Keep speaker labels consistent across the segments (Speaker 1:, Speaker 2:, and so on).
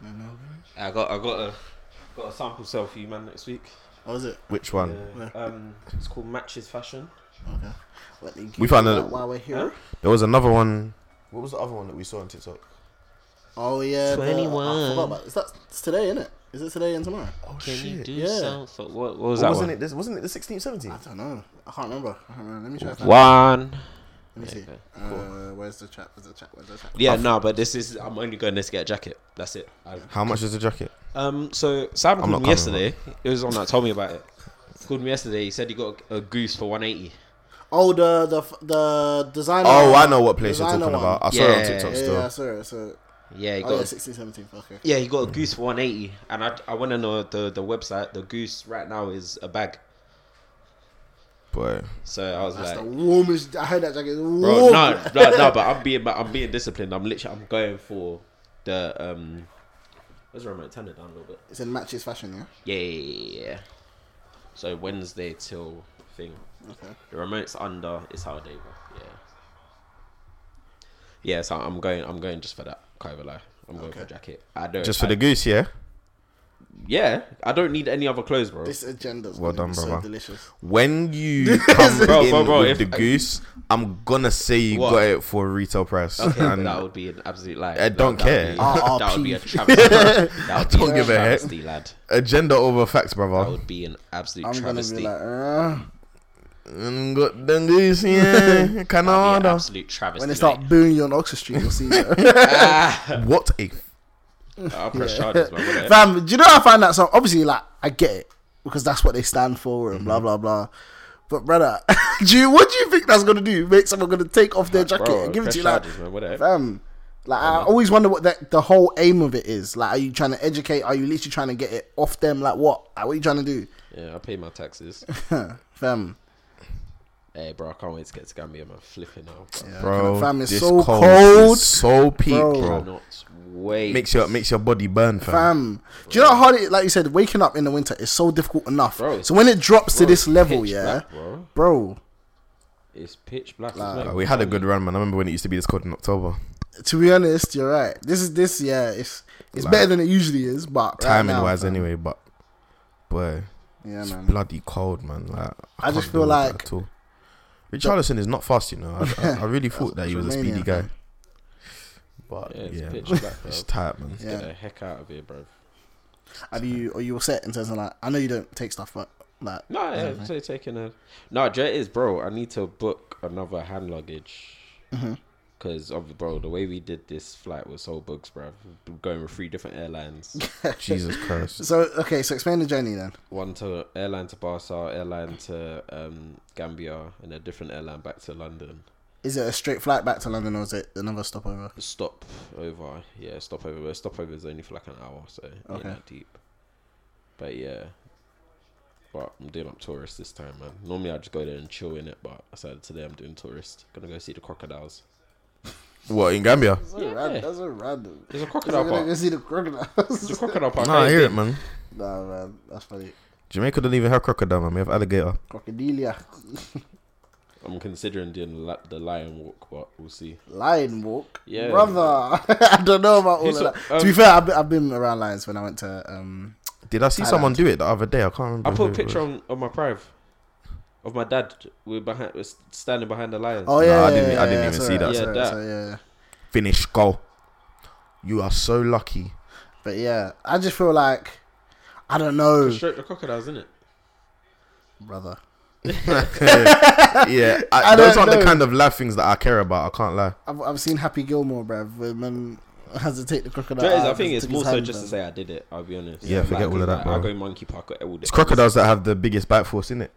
Speaker 1: No, no.
Speaker 2: I got I got a got a sample sale for you, man, next week.
Speaker 1: What was it?
Speaker 3: Which one?
Speaker 2: Yeah. Um, it's called Matches Fashion.
Speaker 1: Okay. Well, you can
Speaker 3: We found
Speaker 1: do
Speaker 3: a-
Speaker 1: that while we're here.
Speaker 2: Huh?
Speaker 3: There was another one. What was the other one that we saw on TikTok?
Speaker 1: Oh yeah. the- I
Speaker 4: 21.
Speaker 1: forgot about- Is that it's today? Isn't it? Is it today and tomorrow?
Speaker 3: Oh
Speaker 4: Can you do
Speaker 1: yeah.
Speaker 4: something? What, what was
Speaker 3: Or
Speaker 4: that
Speaker 3: wasn't
Speaker 4: one?
Speaker 3: it? This, wasn't it the 16th, 17th?
Speaker 1: I don't know. I can't remember. I can't remember. Let me try. to find-
Speaker 4: One.
Speaker 1: Let me see.
Speaker 4: Okay,
Speaker 1: Uh, where's the chat? Where's the chat? Where's the chat?
Speaker 2: Yeah, no, but this is I'm only going there to get a jacket. That's it. I-
Speaker 3: How much is the jacket?
Speaker 2: Um, so Sam
Speaker 3: not
Speaker 2: called me
Speaker 3: coming,
Speaker 2: yesterday. It was on that. Told me about it. Called me yesterday. He said he got a, a goose for 180.
Speaker 1: Oh, the the f- the designer.
Speaker 3: Oh, I know what place you're
Speaker 1: designer
Speaker 3: talking about. I
Speaker 1: one.
Speaker 3: saw it on
Speaker 2: Yeah,
Speaker 3: TikTok
Speaker 1: Yeah,
Speaker 3: still.
Speaker 1: yeah, I saw it. I saw it.
Speaker 2: Yeah, he got.
Speaker 1: Oh, yeah,
Speaker 2: a-
Speaker 1: 16, 17. Okay.
Speaker 2: yeah, he got a goose for 180, and I, I want to know the, the website. The goose right now is a bag,
Speaker 3: Boy,
Speaker 2: so I was
Speaker 1: That's
Speaker 2: like,
Speaker 1: the warmest. I heard that jacket. is Warm.
Speaker 2: Bro, no, no, no. But I'm being, but I'm being disciplined. I'm literally, I'm going for the um. Let's run my antenna down a little bit.
Speaker 1: It's in matches fashion, yeah.
Speaker 2: Yeah, yeah, yeah, yeah. So Wednesday till thing.
Speaker 1: Okay.
Speaker 2: The remote's under. It's how they work. Yeah. Yeah, so I'm going. I'm going just for that. Can't even lie. I'm going for a
Speaker 1: Okay.
Speaker 2: jacket. I don't.
Speaker 3: just for
Speaker 2: I-
Speaker 3: the goose, yeah.
Speaker 2: Yeah, I don't need any other clothes, bro.
Speaker 1: This agenda's
Speaker 3: Well
Speaker 1: well done,
Speaker 3: done,
Speaker 1: so
Speaker 3: brother.
Speaker 1: delicious.
Speaker 3: When you come
Speaker 2: Bro,
Speaker 3: in
Speaker 2: bro, bro,
Speaker 3: with
Speaker 2: if-
Speaker 3: the goose, I'm gonna say you
Speaker 2: What?
Speaker 3: got it for retail price.
Speaker 2: Okay,
Speaker 3: And
Speaker 2: that would be an absolute lie.
Speaker 3: I don't
Speaker 2: That- that would
Speaker 3: care.
Speaker 2: be- That would be a travesty. I
Speaker 3: don't give a heck.
Speaker 2: lad.
Speaker 3: agenda over facts,
Speaker 2: That
Speaker 3: brother.
Speaker 2: would be an absolute
Speaker 1: I'm gonna
Speaker 2: travesty.
Speaker 1: be like, uh,
Speaker 3: Mm, got the goose, yeah. Can I
Speaker 2: That'd be an
Speaker 3: order?
Speaker 2: absolute travesty.
Speaker 1: when they start booing you on Oxford Street, you'll see. that.
Speaker 3: What a
Speaker 2: mate. I'll Oh, press charges, man. wouldn't it?
Speaker 1: Fam, do you know I find that so obviously like I get it because that's what they stand for
Speaker 2: Mm-hmm.
Speaker 1: and blah blah blah. But brother, do you, what do you think that's gonna do? Make someone gonna take off their jacket
Speaker 2: Bro,
Speaker 1: and give it
Speaker 2: press
Speaker 1: to you like,
Speaker 2: charges, man. wouldn't it?
Speaker 1: fam? Like I always wonder what that the whole aim of it is. Like, are you trying to educate? Are you literally trying to get it off them? Like what? Like, what are you trying to do,
Speaker 2: Yeah, I pay my taxes.
Speaker 1: fam?
Speaker 2: hey, bro, I can't wait to get to Gambia, man. Flipping out. Bro.
Speaker 3: bro.
Speaker 1: fam, it's
Speaker 3: this
Speaker 1: so
Speaker 3: cold
Speaker 1: cold.
Speaker 3: is so peak,
Speaker 1: Bro.
Speaker 3: bro.
Speaker 2: Cannot wait.
Speaker 3: Makes your makes your body burn, fam.
Speaker 1: Fam, do you know how hard it? Like you said, waking up in the winter is so difficult enough.
Speaker 2: Bro, it's-
Speaker 1: so when it drops to
Speaker 2: Bro,
Speaker 1: this
Speaker 2: it's
Speaker 1: level,
Speaker 2: pitch
Speaker 1: yeah,
Speaker 2: black, bro.
Speaker 1: bro.
Speaker 2: It's pitch black. as
Speaker 3: Uh,
Speaker 2: well.
Speaker 3: we had a good run, man. I remember when it used to be this cold in October.
Speaker 1: to be honest, you're right. This is this. Yeah, it's it's
Speaker 3: Like,
Speaker 1: better than it usually is, but right
Speaker 3: Timing
Speaker 1: now,
Speaker 3: wise, eh?
Speaker 1: fam,
Speaker 3: anyway, but boy,
Speaker 1: Yeah,
Speaker 3: it's
Speaker 1: man.
Speaker 3: bloody cold, man. Like
Speaker 1: I just
Speaker 3: can't
Speaker 1: feel
Speaker 3: deal with that
Speaker 1: like-
Speaker 3: at all. Richarlison is not fast, you know. I, I, I really thought that he was a speedy
Speaker 1: Romanian,
Speaker 3: guy,
Speaker 1: man.
Speaker 3: but
Speaker 2: Yeah,
Speaker 3: yeah,
Speaker 2: it's pitch
Speaker 3: man,
Speaker 2: black, bro.
Speaker 3: it's tight, man.
Speaker 2: Get
Speaker 1: Yeah.
Speaker 2: the heck out of here, bro.
Speaker 1: Have you are you all set in terms of like? I know you don't take stuff, but like,
Speaker 2: No, yeah, I'm ta- taking a. No, Jet is, bro. I need to book another hand luggage.
Speaker 1: Mm-hmm.
Speaker 2: Because, bro, the way we did this flight was so bugs, bro. We're Going with three different airlines.
Speaker 3: Jesus Christ,
Speaker 1: so okay. So explain the journey then.
Speaker 2: One to airline to Barca, airline to um, Gambia, and a different airline back to London.
Speaker 1: Is it a straight flight back to London or is it another stopover?
Speaker 2: Stop over, yeah, stopover. But stopover is only for like an hour, so yeah,
Speaker 1: Okay.
Speaker 2: not deep. But yeah, but I'm doing up tourist this time, man. Normally I just go there and chill in it, but I said today I'm doing tourist. Gonna go see the crocodiles.
Speaker 3: what in Gambia?
Speaker 1: That's
Speaker 2: Yeah. random- that's
Speaker 1: a random.
Speaker 2: There's a crocodile park.
Speaker 1: see the crocodiles.
Speaker 2: There's a crocodile park.
Speaker 3: Nah, I hear it, man.
Speaker 1: nah, man, that's funny.
Speaker 3: Jamaica don't even have crocodile, man. We have alligator.
Speaker 1: Crocodilia,
Speaker 2: I'm considering doing la- the lion walk, but we'll see.
Speaker 1: lion walk.
Speaker 2: Yeah.
Speaker 1: brother. I don't know about all
Speaker 2: Who's
Speaker 1: of
Speaker 2: a-
Speaker 1: that. to be
Speaker 2: um,
Speaker 1: fair, I've been, I've been around lions when I went to um.
Speaker 3: Did I see
Speaker 1: Thailand.
Speaker 3: someone do it the other day? I can't remember.
Speaker 2: I
Speaker 3: who
Speaker 2: put a
Speaker 3: it
Speaker 2: picture
Speaker 3: was.
Speaker 2: on, on my prive of my dad. We're behind, we're standing behind the lions.
Speaker 1: Oh
Speaker 3: Nah,
Speaker 1: yeah,
Speaker 3: I didn't-
Speaker 1: yeah,
Speaker 3: I
Speaker 1: yeah,
Speaker 3: didn't even
Speaker 1: it's
Speaker 3: see
Speaker 1: alright,
Speaker 3: that.
Speaker 1: it's
Speaker 2: Yeah,
Speaker 1: alright,
Speaker 2: that.
Speaker 1: it's alright, yeah.
Speaker 3: Finish goal. You are so lucky.
Speaker 1: But yeah, I just feel like I don't know,
Speaker 2: Stroke the crocodiles, isn't it?
Speaker 1: brother.
Speaker 3: yeah, I,
Speaker 1: I
Speaker 3: those
Speaker 1: don't
Speaker 3: aren't the
Speaker 1: know.
Speaker 3: kind of life things that I care about. I can't lie.
Speaker 1: I've, I've seen Happy Gilmore, bruv. When man has to take the crocodile.
Speaker 2: That is,
Speaker 1: out
Speaker 2: I
Speaker 1: and
Speaker 2: think it's
Speaker 1: took
Speaker 2: more
Speaker 1: his
Speaker 2: so
Speaker 1: hand,
Speaker 2: just to
Speaker 1: bruv.
Speaker 2: say I did it. I'll be honest.
Speaker 3: Yeah, forget all of that,
Speaker 2: I
Speaker 3: bro.
Speaker 2: go monkey park all day.
Speaker 3: It's crocodiles that have the biggest bite force in it.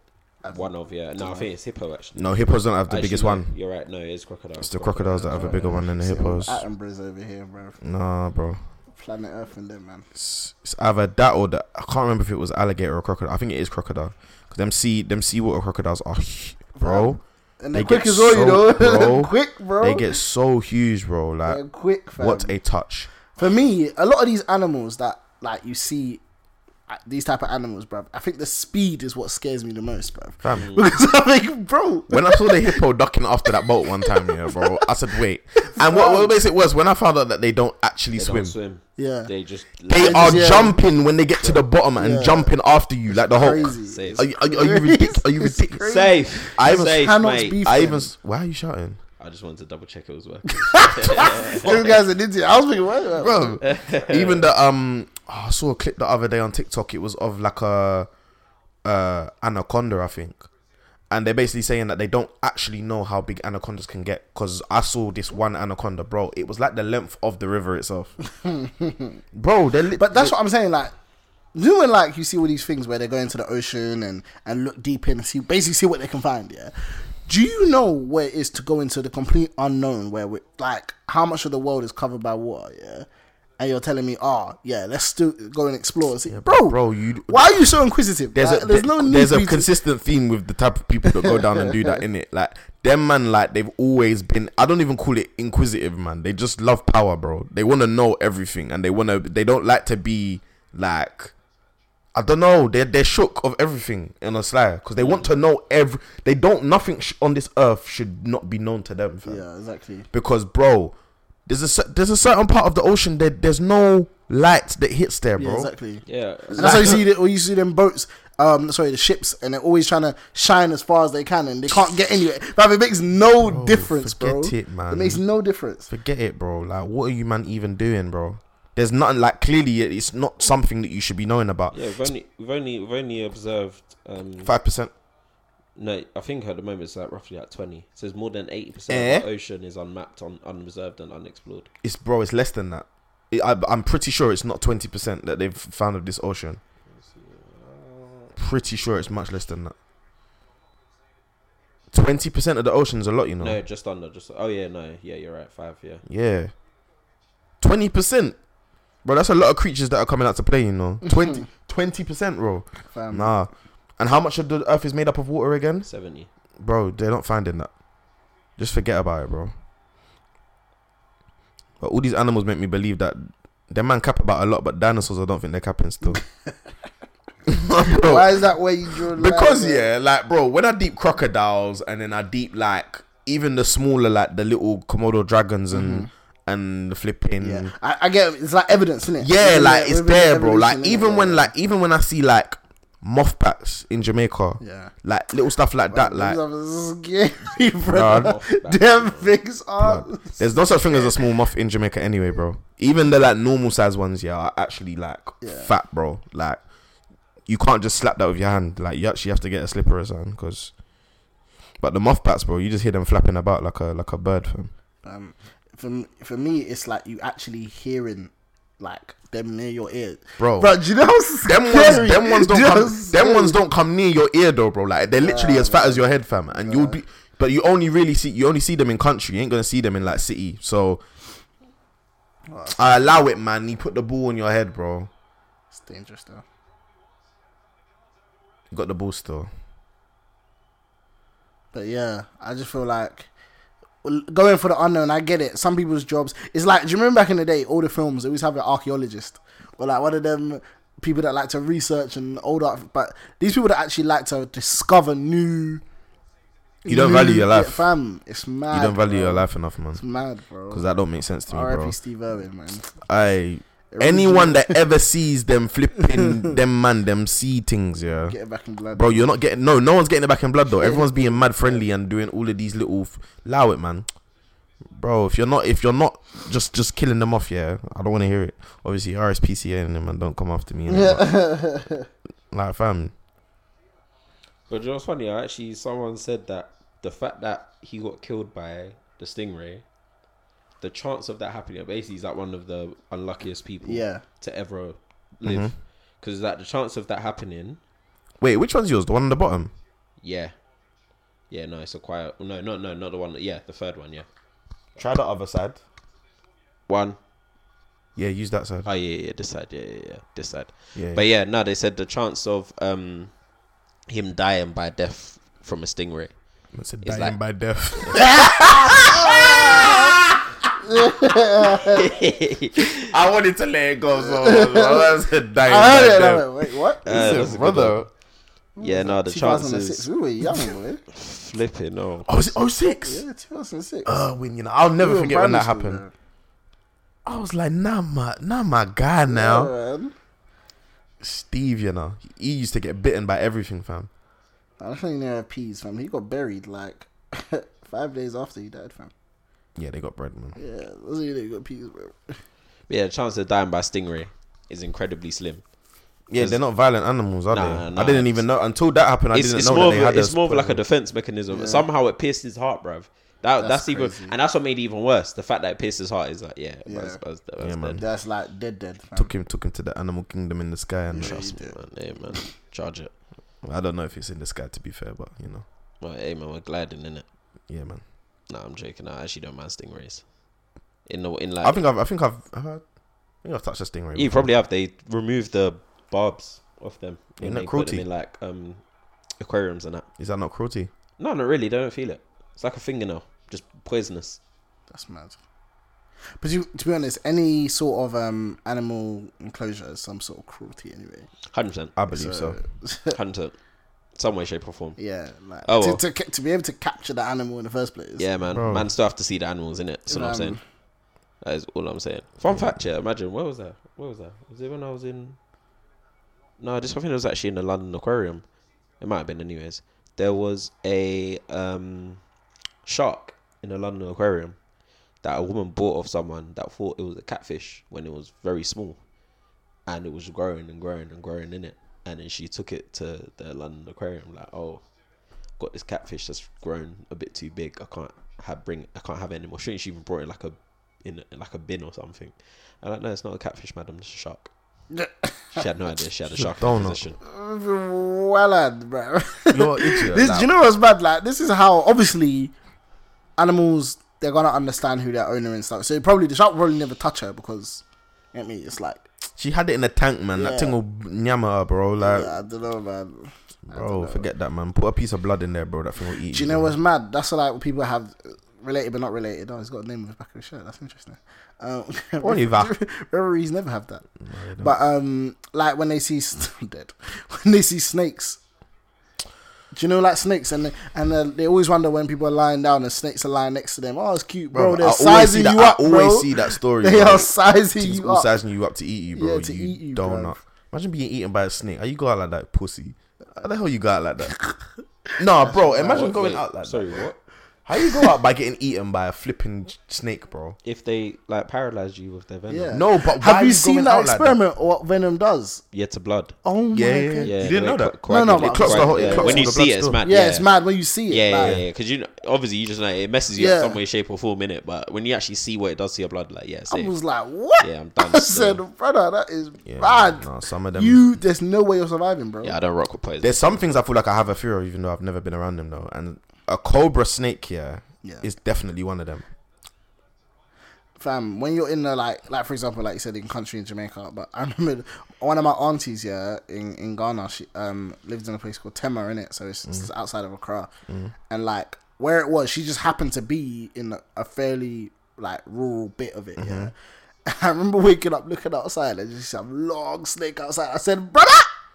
Speaker 2: One of yeah. No, I think it's hippo actually.
Speaker 3: No, hippos don't have the
Speaker 2: Actually,
Speaker 3: biggest
Speaker 2: no,
Speaker 3: one.
Speaker 2: You're right. No, it's crocodile.
Speaker 3: It's the crocodiles that have a bigger one than the
Speaker 1: See,
Speaker 3: hippos.
Speaker 1: Attenborough's over here, bruv.
Speaker 3: Nah, bro.
Speaker 1: Planet Earth and them, man.
Speaker 3: It's, it's either that or the, I can't remember if it was alligator or crocodile. I think it is crocodile. Cause them sea them seawater crocodiles are, hu- bro.
Speaker 1: And
Speaker 3: They
Speaker 1: they're quick
Speaker 3: get
Speaker 1: as well, you
Speaker 3: so-
Speaker 1: know.
Speaker 3: bro,
Speaker 1: quick, bro.
Speaker 3: They get so huge, bro.
Speaker 1: They're
Speaker 3: Like
Speaker 1: quick, fam.
Speaker 3: what a touch.
Speaker 1: For me, a lot of these animals that like you see, these type of animals, bruv. I think the speed is what scares me the most, bruv.
Speaker 3: Fam.
Speaker 1: Because I'm like, bro,
Speaker 3: When I saw the hippo ducking after that boat one time, yeah, bro, I said, wait. And what, what makes it worse, when I found out that they don't actually
Speaker 2: They
Speaker 3: swim,
Speaker 2: don't swim.
Speaker 1: Yeah.
Speaker 2: They just.
Speaker 3: they
Speaker 1: They
Speaker 3: are
Speaker 1: just, yeah.
Speaker 3: jumping when they get to the bottom and
Speaker 1: Yeah.
Speaker 3: jumping after you, like the Hulk.
Speaker 1: crazy.
Speaker 2: Safe.
Speaker 3: Are you, are you, are you, ridic- are you
Speaker 1: It's
Speaker 3: ridiculous?
Speaker 1: crazy.
Speaker 2: Safe.
Speaker 3: I
Speaker 2: I
Speaker 3: even
Speaker 2: safe,
Speaker 1: cannot
Speaker 2: mate.
Speaker 1: be-
Speaker 3: I even. s- Why are you shouting?
Speaker 2: I just wanted to double check it was working.
Speaker 1: Those guys are ninja. I was thinking, what?
Speaker 3: bro. Even the um, oh, I saw a clip the other day on TikTok. It was of like a uh anaconda, I think, and they're basically saying that they don't actually know how big anacondas can get. Cause I saw this one anaconda, bro. It was like the length of the river itself, bro. They're li-
Speaker 1: But that's what I'm saying. Like, you know when like you see all these things where they go into the ocean and and look deep in and see basically see what they can find. Yeah. Do you know where it is to go into the complete unknown? Where we like how much of the world is covered by water? Yeah. And you're telling me, oh yeah, let's still go and explore. See, bro,
Speaker 3: bro, you-
Speaker 1: why are you so inquisitive?
Speaker 3: there's
Speaker 1: Like,
Speaker 3: a
Speaker 1: there's no need.
Speaker 3: there's
Speaker 1: for
Speaker 3: a
Speaker 1: you to-
Speaker 3: consistent theme with the type of people that go down and do that in it. Like them man, like they've always been. I don't even call it inquisitive, man. They just love power, bro. They want to know everything, and they want to. They don't like to be like. I don't know. They're they're shook of everything in a sly because they want to know every. They don't nothing sh- on this earth should not be known to them. Fam
Speaker 1: yeah, exactly.
Speaker 3: because bro, there's a cer- there's a certain part of the ocean that there's no light that hits there,
Speaker 1: Yeah,
Speaker 3: bro.
Speaker 1: exactly.
Speaker 2: yeah.
Speaker 1: And that's how you see the, or you see them boats. Um, sorry, the ships, and they're always trying to shine as far as they can, and they can't get anywhere. But it makes no difference, bro.
Speaker 3: forget it, man.
Speaker 1: makes no difference.
Speaker 3: Forget it, bro. Like, what are you, man, even doing, bro? There's nothing like clearly it- it's not something that you should be knowing about.
Speaker 2: Yeah, we've only we've only we've only observed um
Speaker 3: Five percent.
Speaker 2: no, I think at the moment it's like roughly at twenty. So it's more than eighty percent
Speaker 3: Eh?
Speaker 2: of the ocean is unmapped, un- unreserved and unexplored.
Speaker 3: It's bro. It's less than that. It- I, I'm pretty sure it's not twenty percent that they've found of this ocean. Pretty sure it's much less than that. Twenty percent of the ocean's a lot, you know.
Speaker 2: No, just under just oh yeah, no, yeah, you're right, five, yeah.
Speaker 3: Yeah. Twenty percent, bro. That's a lot of creatures that are coming out to play. You know, 20 percent, bro.
Speaker 1: Fam.
Speaker 3: Nah. And how much of the earth is made up of water again?
Speaker 2: Seventy.
Speaker 3: bro, they're not finding that. Just forget about it, bro. But all these animals make me believe that them man cap about a lot, but dinosaurs I don't think they're capping still. Bro,
Speaker 1: Why is that where you draw the
Speaker 3: because
Speaker 1: line, bro?
Speaker 3: yeah, like bro, when I deep crocodiles and then I deep like even the smaller like the little Komodo dragons and and the flipping
Speaker 1: Mm-hmm. yeah, I, I get it. it's like evidence, isn't it?
Speaker 3: yeah, like it's there, bro. Like even when like even when I see like moth bats in Jamaica,
Speaker 1: Yeah.
Speaker 3: like little stuff like that, like
Speaker 1: scary, bro.
Speaker 3: Nah.
Speaker 1: Them things are.
Speaker 3: blood. There's no such thing as a small moth in Jamaica anyway, bro. Even the like normal size ones, yeah, are actually like
Speaker 1: Yeah.
Speaker 3: fat, bro. Like you can't just slap that with your hand. Like you actually have to get a slipper or something, because. But the moth bats, bro, you just hear them flapping about like a like a bird. Fam.
Speaker 1: Um, for m- for me, it's like you actually hearing like them near your ear,
Speaker 3: Bro.
Speaker 1: Bro, do you know how scary?
Speaker 3: Oh. Them ones, them ones don't
Speaker 1: Do you know
Speaker 3: come.
Speaker 1: how
Speaker 3: Them
Speaker 1: scary?
Speaker 3: ones don't come near your ear though, bro. Like they're literally as fat as your head, fam. And you'll be, but you only really see you only see them in country. You ain't gonna see them in like city. So I allow it, man. You put the ball on your head, bro.
Speaker 1: It's dangerous though.
Speaker 3: You got the ball still.
Speaker 1: But yeah, I just feel like well, going for the unknown. I get it. Some people's jobs. It's like, do you remember back in the day, all the films they always have an archaeologist or like one of them people that like to research and all that. But these people that actually like to discover new.
Speaker 3: You don't value your life.
Speaker 1: yeah, fam. It's mad.
Speaker 3: You don't value
Speaker 1: bro.
Speaker 3: your life enough, man.
Speaker 1: It's mad, bro.
Speaker 3: Because that don't make sense to me, bro.
Speaker 1: R.I.P. Steve Irwin, man.
Speaker 3: I anyone that ever sees them flipping them man, them see things, yeah.
Speaker 1: Get it back in blood,
Speaker 3: Bro, you're not getting no, no one's getting it back in blood though. Everyone's being mad friendly and doing all of these little f- allow it, man. Bro, if you're not if you're not just just killing them off, yeah, I don't want to hear it. Obviously, RSPCA and them man, don't come after me. innit, but, like fam,
Speaker 2: But you know what's funny? I actually someone said that the fact that he got killed by the stingray, the chance of that happening, basically, he's like one of the unluckiest people
Speaker 1: Yeah.
Speaker 2: to ever live, because like the chance of that happening,
Speaker 3: wait, which one's yours? The one on the bottom?
Speaker 2: yeah, yeah, no, it's a quiet. No, no, no, not the one. Yeah, the third one. Yeah,
Speaker 3: Try the other side.
Speaker 2: one.
Speaker 3: Yeah, use that side.
Speaker 2: Oh yeah, yeah, this side. Yeah, yeah, yeah, this side.
Speaker 3: Yeah,
Speaker 2: But yeah, no, they said the chance of um him dying by death from a stingray.
Speaker 3: it's a
Speaker 2: it's like-
Speaker 3: dying by death. I wanted to let it go so much. bro. That's a dying.
Speaker 1: I heard it. and I
Speaker 3: goddamn-
Speaker 1: went, Wait, what?
Speaker 2: Uh,
Speaker 3: Listen,
Speaker 2: that's a good
Speaker 3: brother.
Speaker 2: yeah, no, the
Speaker 1: 2006.
Speaker 2: chances
Speaker 1: We were young, boy.
Speaker 2: flipping. Oh,
Speaker 3: Oh, was it 06?
Speaker 1: Yeah, 2006.
Speaker 3: Uh, when you know, I'll never
Speaker 1: We were in
Speaker 3: forget when that
Speaker 1: primary school,
Speaker 3: happened. I was like, nah, my, nah, my guy now.
Speaker 1: man. Yeah, man.
Speaker 3: Steve, you know, he used to get bitten by everything, fam.
Speaker 1: I don't think they're peas, fam. He got buried like five days after he died, fam.
Speaker 3: Yeah, they got bread, man.
Speaker 1: Yeah, those are you got peas, bro.
Speaker 2: But yeah, the chance of dying by stingray is incredibly slim.
Speaker 3: Yeah, they're not violent animals, are
Speaker 2: Nah,
Speaker 3: they?
Speaker 2: nah.
Speaker 3: I didn't even know until that happened. I
Speaker 2: it's
Speaker 3: didn't
Speaker 2: it's
Speaker 3: know
Speaker 2: more
Speaker 3: that
Speaker 2: of,
Speaker 3: they
Speaker 2: a-
Speaker 3: had
Speaker 2: it's
Speaker 3: a
Speaker 2: more of like a
Speaker 3: spot.
Speaker 2: defense mechanism. Somehow it pierced his heart, bruv. That, that's,
Speaker 1: That's
Speaker 2: even,
Speaker 1: crazy.
Speaker 2: and that's what made it even worse. The fact that it pierced his heart is like, yeah, yeah. That's, that's, that's
Speaker 3: Yeah, man.
Speaker 2: dead.
Speaker 1: That's like dead, dead, fam.
Speaker 3: took him took him to the animal kingdom in the sky, and
Speaker 2: Trust me, man. Hey, man, charge it.
Speaker 3: I don't know if it's in the sky to be fair, but you know,
Speaker 2: Well, hey, man, we're gliding in it.
Speaker 3: yeah, man.
Speaker 2: Nah, I'm joking. I actually don't mind stingrays. In the in like,
Speaker 3: I think I've I think I've I've, had, I think I've touched a stingray.
Speaker 2: Uh, you
Speaker 3: before.
Speaker 2: probably have. They remove the barbs off them.
Speaker 3: Isn't
Speaker 2: and
Speaker 3: that
Speaker 2: they Put
Speaker 3: cruelty?
Speaker 2: them in like um, aquariums and that.
Speaker 3: is that not cruelty?
Speaker 2: No, not really. They don't feel it. It's like a fingernail, just poisonous.
Speaker 1: That's mad. But you, to be honest, any sort of um animal enclosure is some sort of cruelty anyway.
Speaker 2: Hundred percent.
Speaker 3: I believe
Speaker 2: uh,
Speaker 3: so.
Speaker 2: Hundred percent. Some way, shape, or form.
Speaker 1: Yeah, like
Speaker 2: Oh,
Speaker 1: to,
Speaker 2: well.
Speaker 1: to, ca- to be able to capture the animal in the first place.
Speaker 2: Yeah, man.
Speaker 3: Bro.
Speaker 2: Man, still have to see the animals in it. So what I'm
Speaker 1: Um,
Speaker 2: saying. That is all I'm saying. Fun fact, yeah. Imagine where was that? Where was that? Was it when I was in? No, this I think it was actually in the London Aquarium. It might have been, anyways. There was a um, shark in the London Aquarium that a woman bought off someone that thought it was a catfish when it was very small, and it was growing and growing and growing in it. And then she took it to the London Aquarium, like, oh, got this catfish that's grown a bit too big. I can't have bring. I can't have it anymore. Shouldn't she even brought it like a in, in like a bin or something? I'm like, no, it's not a catfish, madam. It's a shark. She had no idea. She had a shark in her
Speaker 3: donut.
Speaker 2: position.
Speaker 1: well, ad, bro.
Speaker 3: You're an idiot.
Speaker 1: this,
Speaker 3: Nah,
Speaker 1: do you know what's bad? Like this is how obviously animals they're gonna understand who their owner and stuff. So probably the shark probably never touch her because, I mean, it's like
Speaker 3: she had it in a tank, man.
Speaker 1: Yeah.
Speaker 3: That thing will nyammer, her, bro. Like,
Speaker 1: yeah, I don't know, man. I don't
Speaker 3: bro,
Speaker 1: know.
Speaker 3: forget that, man. Put a piece of blood in there, bro. That thing will eat.
Speaker 1: Do you know what's mad? That's like what people have uh, related but not related. Oh, he's got a name on the back of his shirt. That's interesting. Um,
Speaker 3: Oliver.
Speaker 1: Reveries never have that.
Speaker 3: they don't.
Speaker 1: but um, like when they see s- I'm dead, when they see snakes. Do you know like snakes and and uh, they always wonder when people are lying down and snakes are lying next to them. Oh, it's cute, bro.
Speaker 3: Bro,
Speaker 1: They're
Speaker 3: I always
Speaker 1: sizing
Speaker 3: see that-
Speaker 1: you
Speaker 3: I
Speaker 1: up,
Speaker 3: always
Speaker 1: bro.
Speaker 3: see that story,
Speaker 1: They
Speaker 3: bro.
Speaker 1: are sizing
Speaker 3: Things
Speaker 1: you
Speaker 3: all
Speaker 1: up.
Speaker 3: sizing you up to eat you, bro.
Speaker 1: Yeah, to
Speaker 3: you
Speaker 1: eat you, bro.
Speaker 3: donut. Imagine being eaten by a snake. How you go out like that, pussy? How the hell you go out like that? nah, bro. Imagine
Speaker 2: What?
Speaker 3: going
Speaker 2: Wait,
Speaker 3: out like
Speaker 2: sorry,
Speaker 3: that.
Speaker 2: what?
Speaker 3: How you go out by getting eaten by a flipping snake, bro?
Speaker 2: If they like paralyze you with their venom,
Speaker 1: Yeah.
Speaker 3: No, but why
Speaker 1: have
Speaker 3: are
Speaker 1: you,
Speaker 3: you
Speaker 1: seen
Speaker 3: going
Speaker 1: that
Speaker 3: out like that?
Speaker 1: experiment or what venom does?
Speaker 2: yeah, to blood.
Speaker 1: Oh my
Speaker 3: Yeah, yeah,
Speaker 1: god!
Speaker 3: yeah.
Speaker 2: Yeah,
Speaker 3: You didn't know
Speaker 2: it
Speaker 3: that?
Speaker 2: coag-
Speaker 1: No, no, but-
Speaker 2: coag-
Speaker 1: It clocks
Speaker 3: the whole- it
Speaker 2: yeah.
Speaker 3: clocks
Speaker 2: when
Speaker 3: all
Speaker 2: you
Speaker 3: the
Speaker 2: see
Speaker 3: blood
Speaker 2: it, it's
Speaker 3: still.
Speaker 2: mad.
Speaker 1: Yeah,
Speaker 2: Yeah,
Speaker 1: it's mad when you see it.
Speaker 2: Yeah, yeah,
Speaker 1: like-
Speaker 2: yeah, Because you know, obviously you just know it messes you
Speaker 1: Yeah.
Speaker 2: up some way, shape, or form in it. But when you actually see what it does to your blood, like yeah,
Speaker 1: I
Speaker 2: same.
Speaker 1: was like, what?
Speaker 2: Yeah, I'm done
Speaker 1: I
Speaker 2: still.
Speaker 1: said, brother, that is
Speaker 3: Yeah,
Speaker 1: bad.
Speaker 3: nah, some of them.
Speaker 1: You, there's no way you're surviving, bro.
Speaker 2: yeah, I don't rock with poison.
Speaker 3: There's some things I feel like I have a fear of, even though I've never been around them though. And a cobra snake here is
Speaker 1: Yeah.
Speaker 3: definitely one of them.
Speaker 1: Fam, when you're in the like, like for example, like you said in country in Jamaica, but I remember one of my aunties, yeah, in, in Ghana, she um lives in a place called Tema, innit? So it's
Speaker 2: Mm.
Speaker 1: just outside of Accra, and like where it was, she just happened to be in a fairly like rural bit of it, yeah.
Speaker 2: Mm-hmm.
Speaker 1: I remember waking up, looking outside, and just some long snake outside. I said, brother,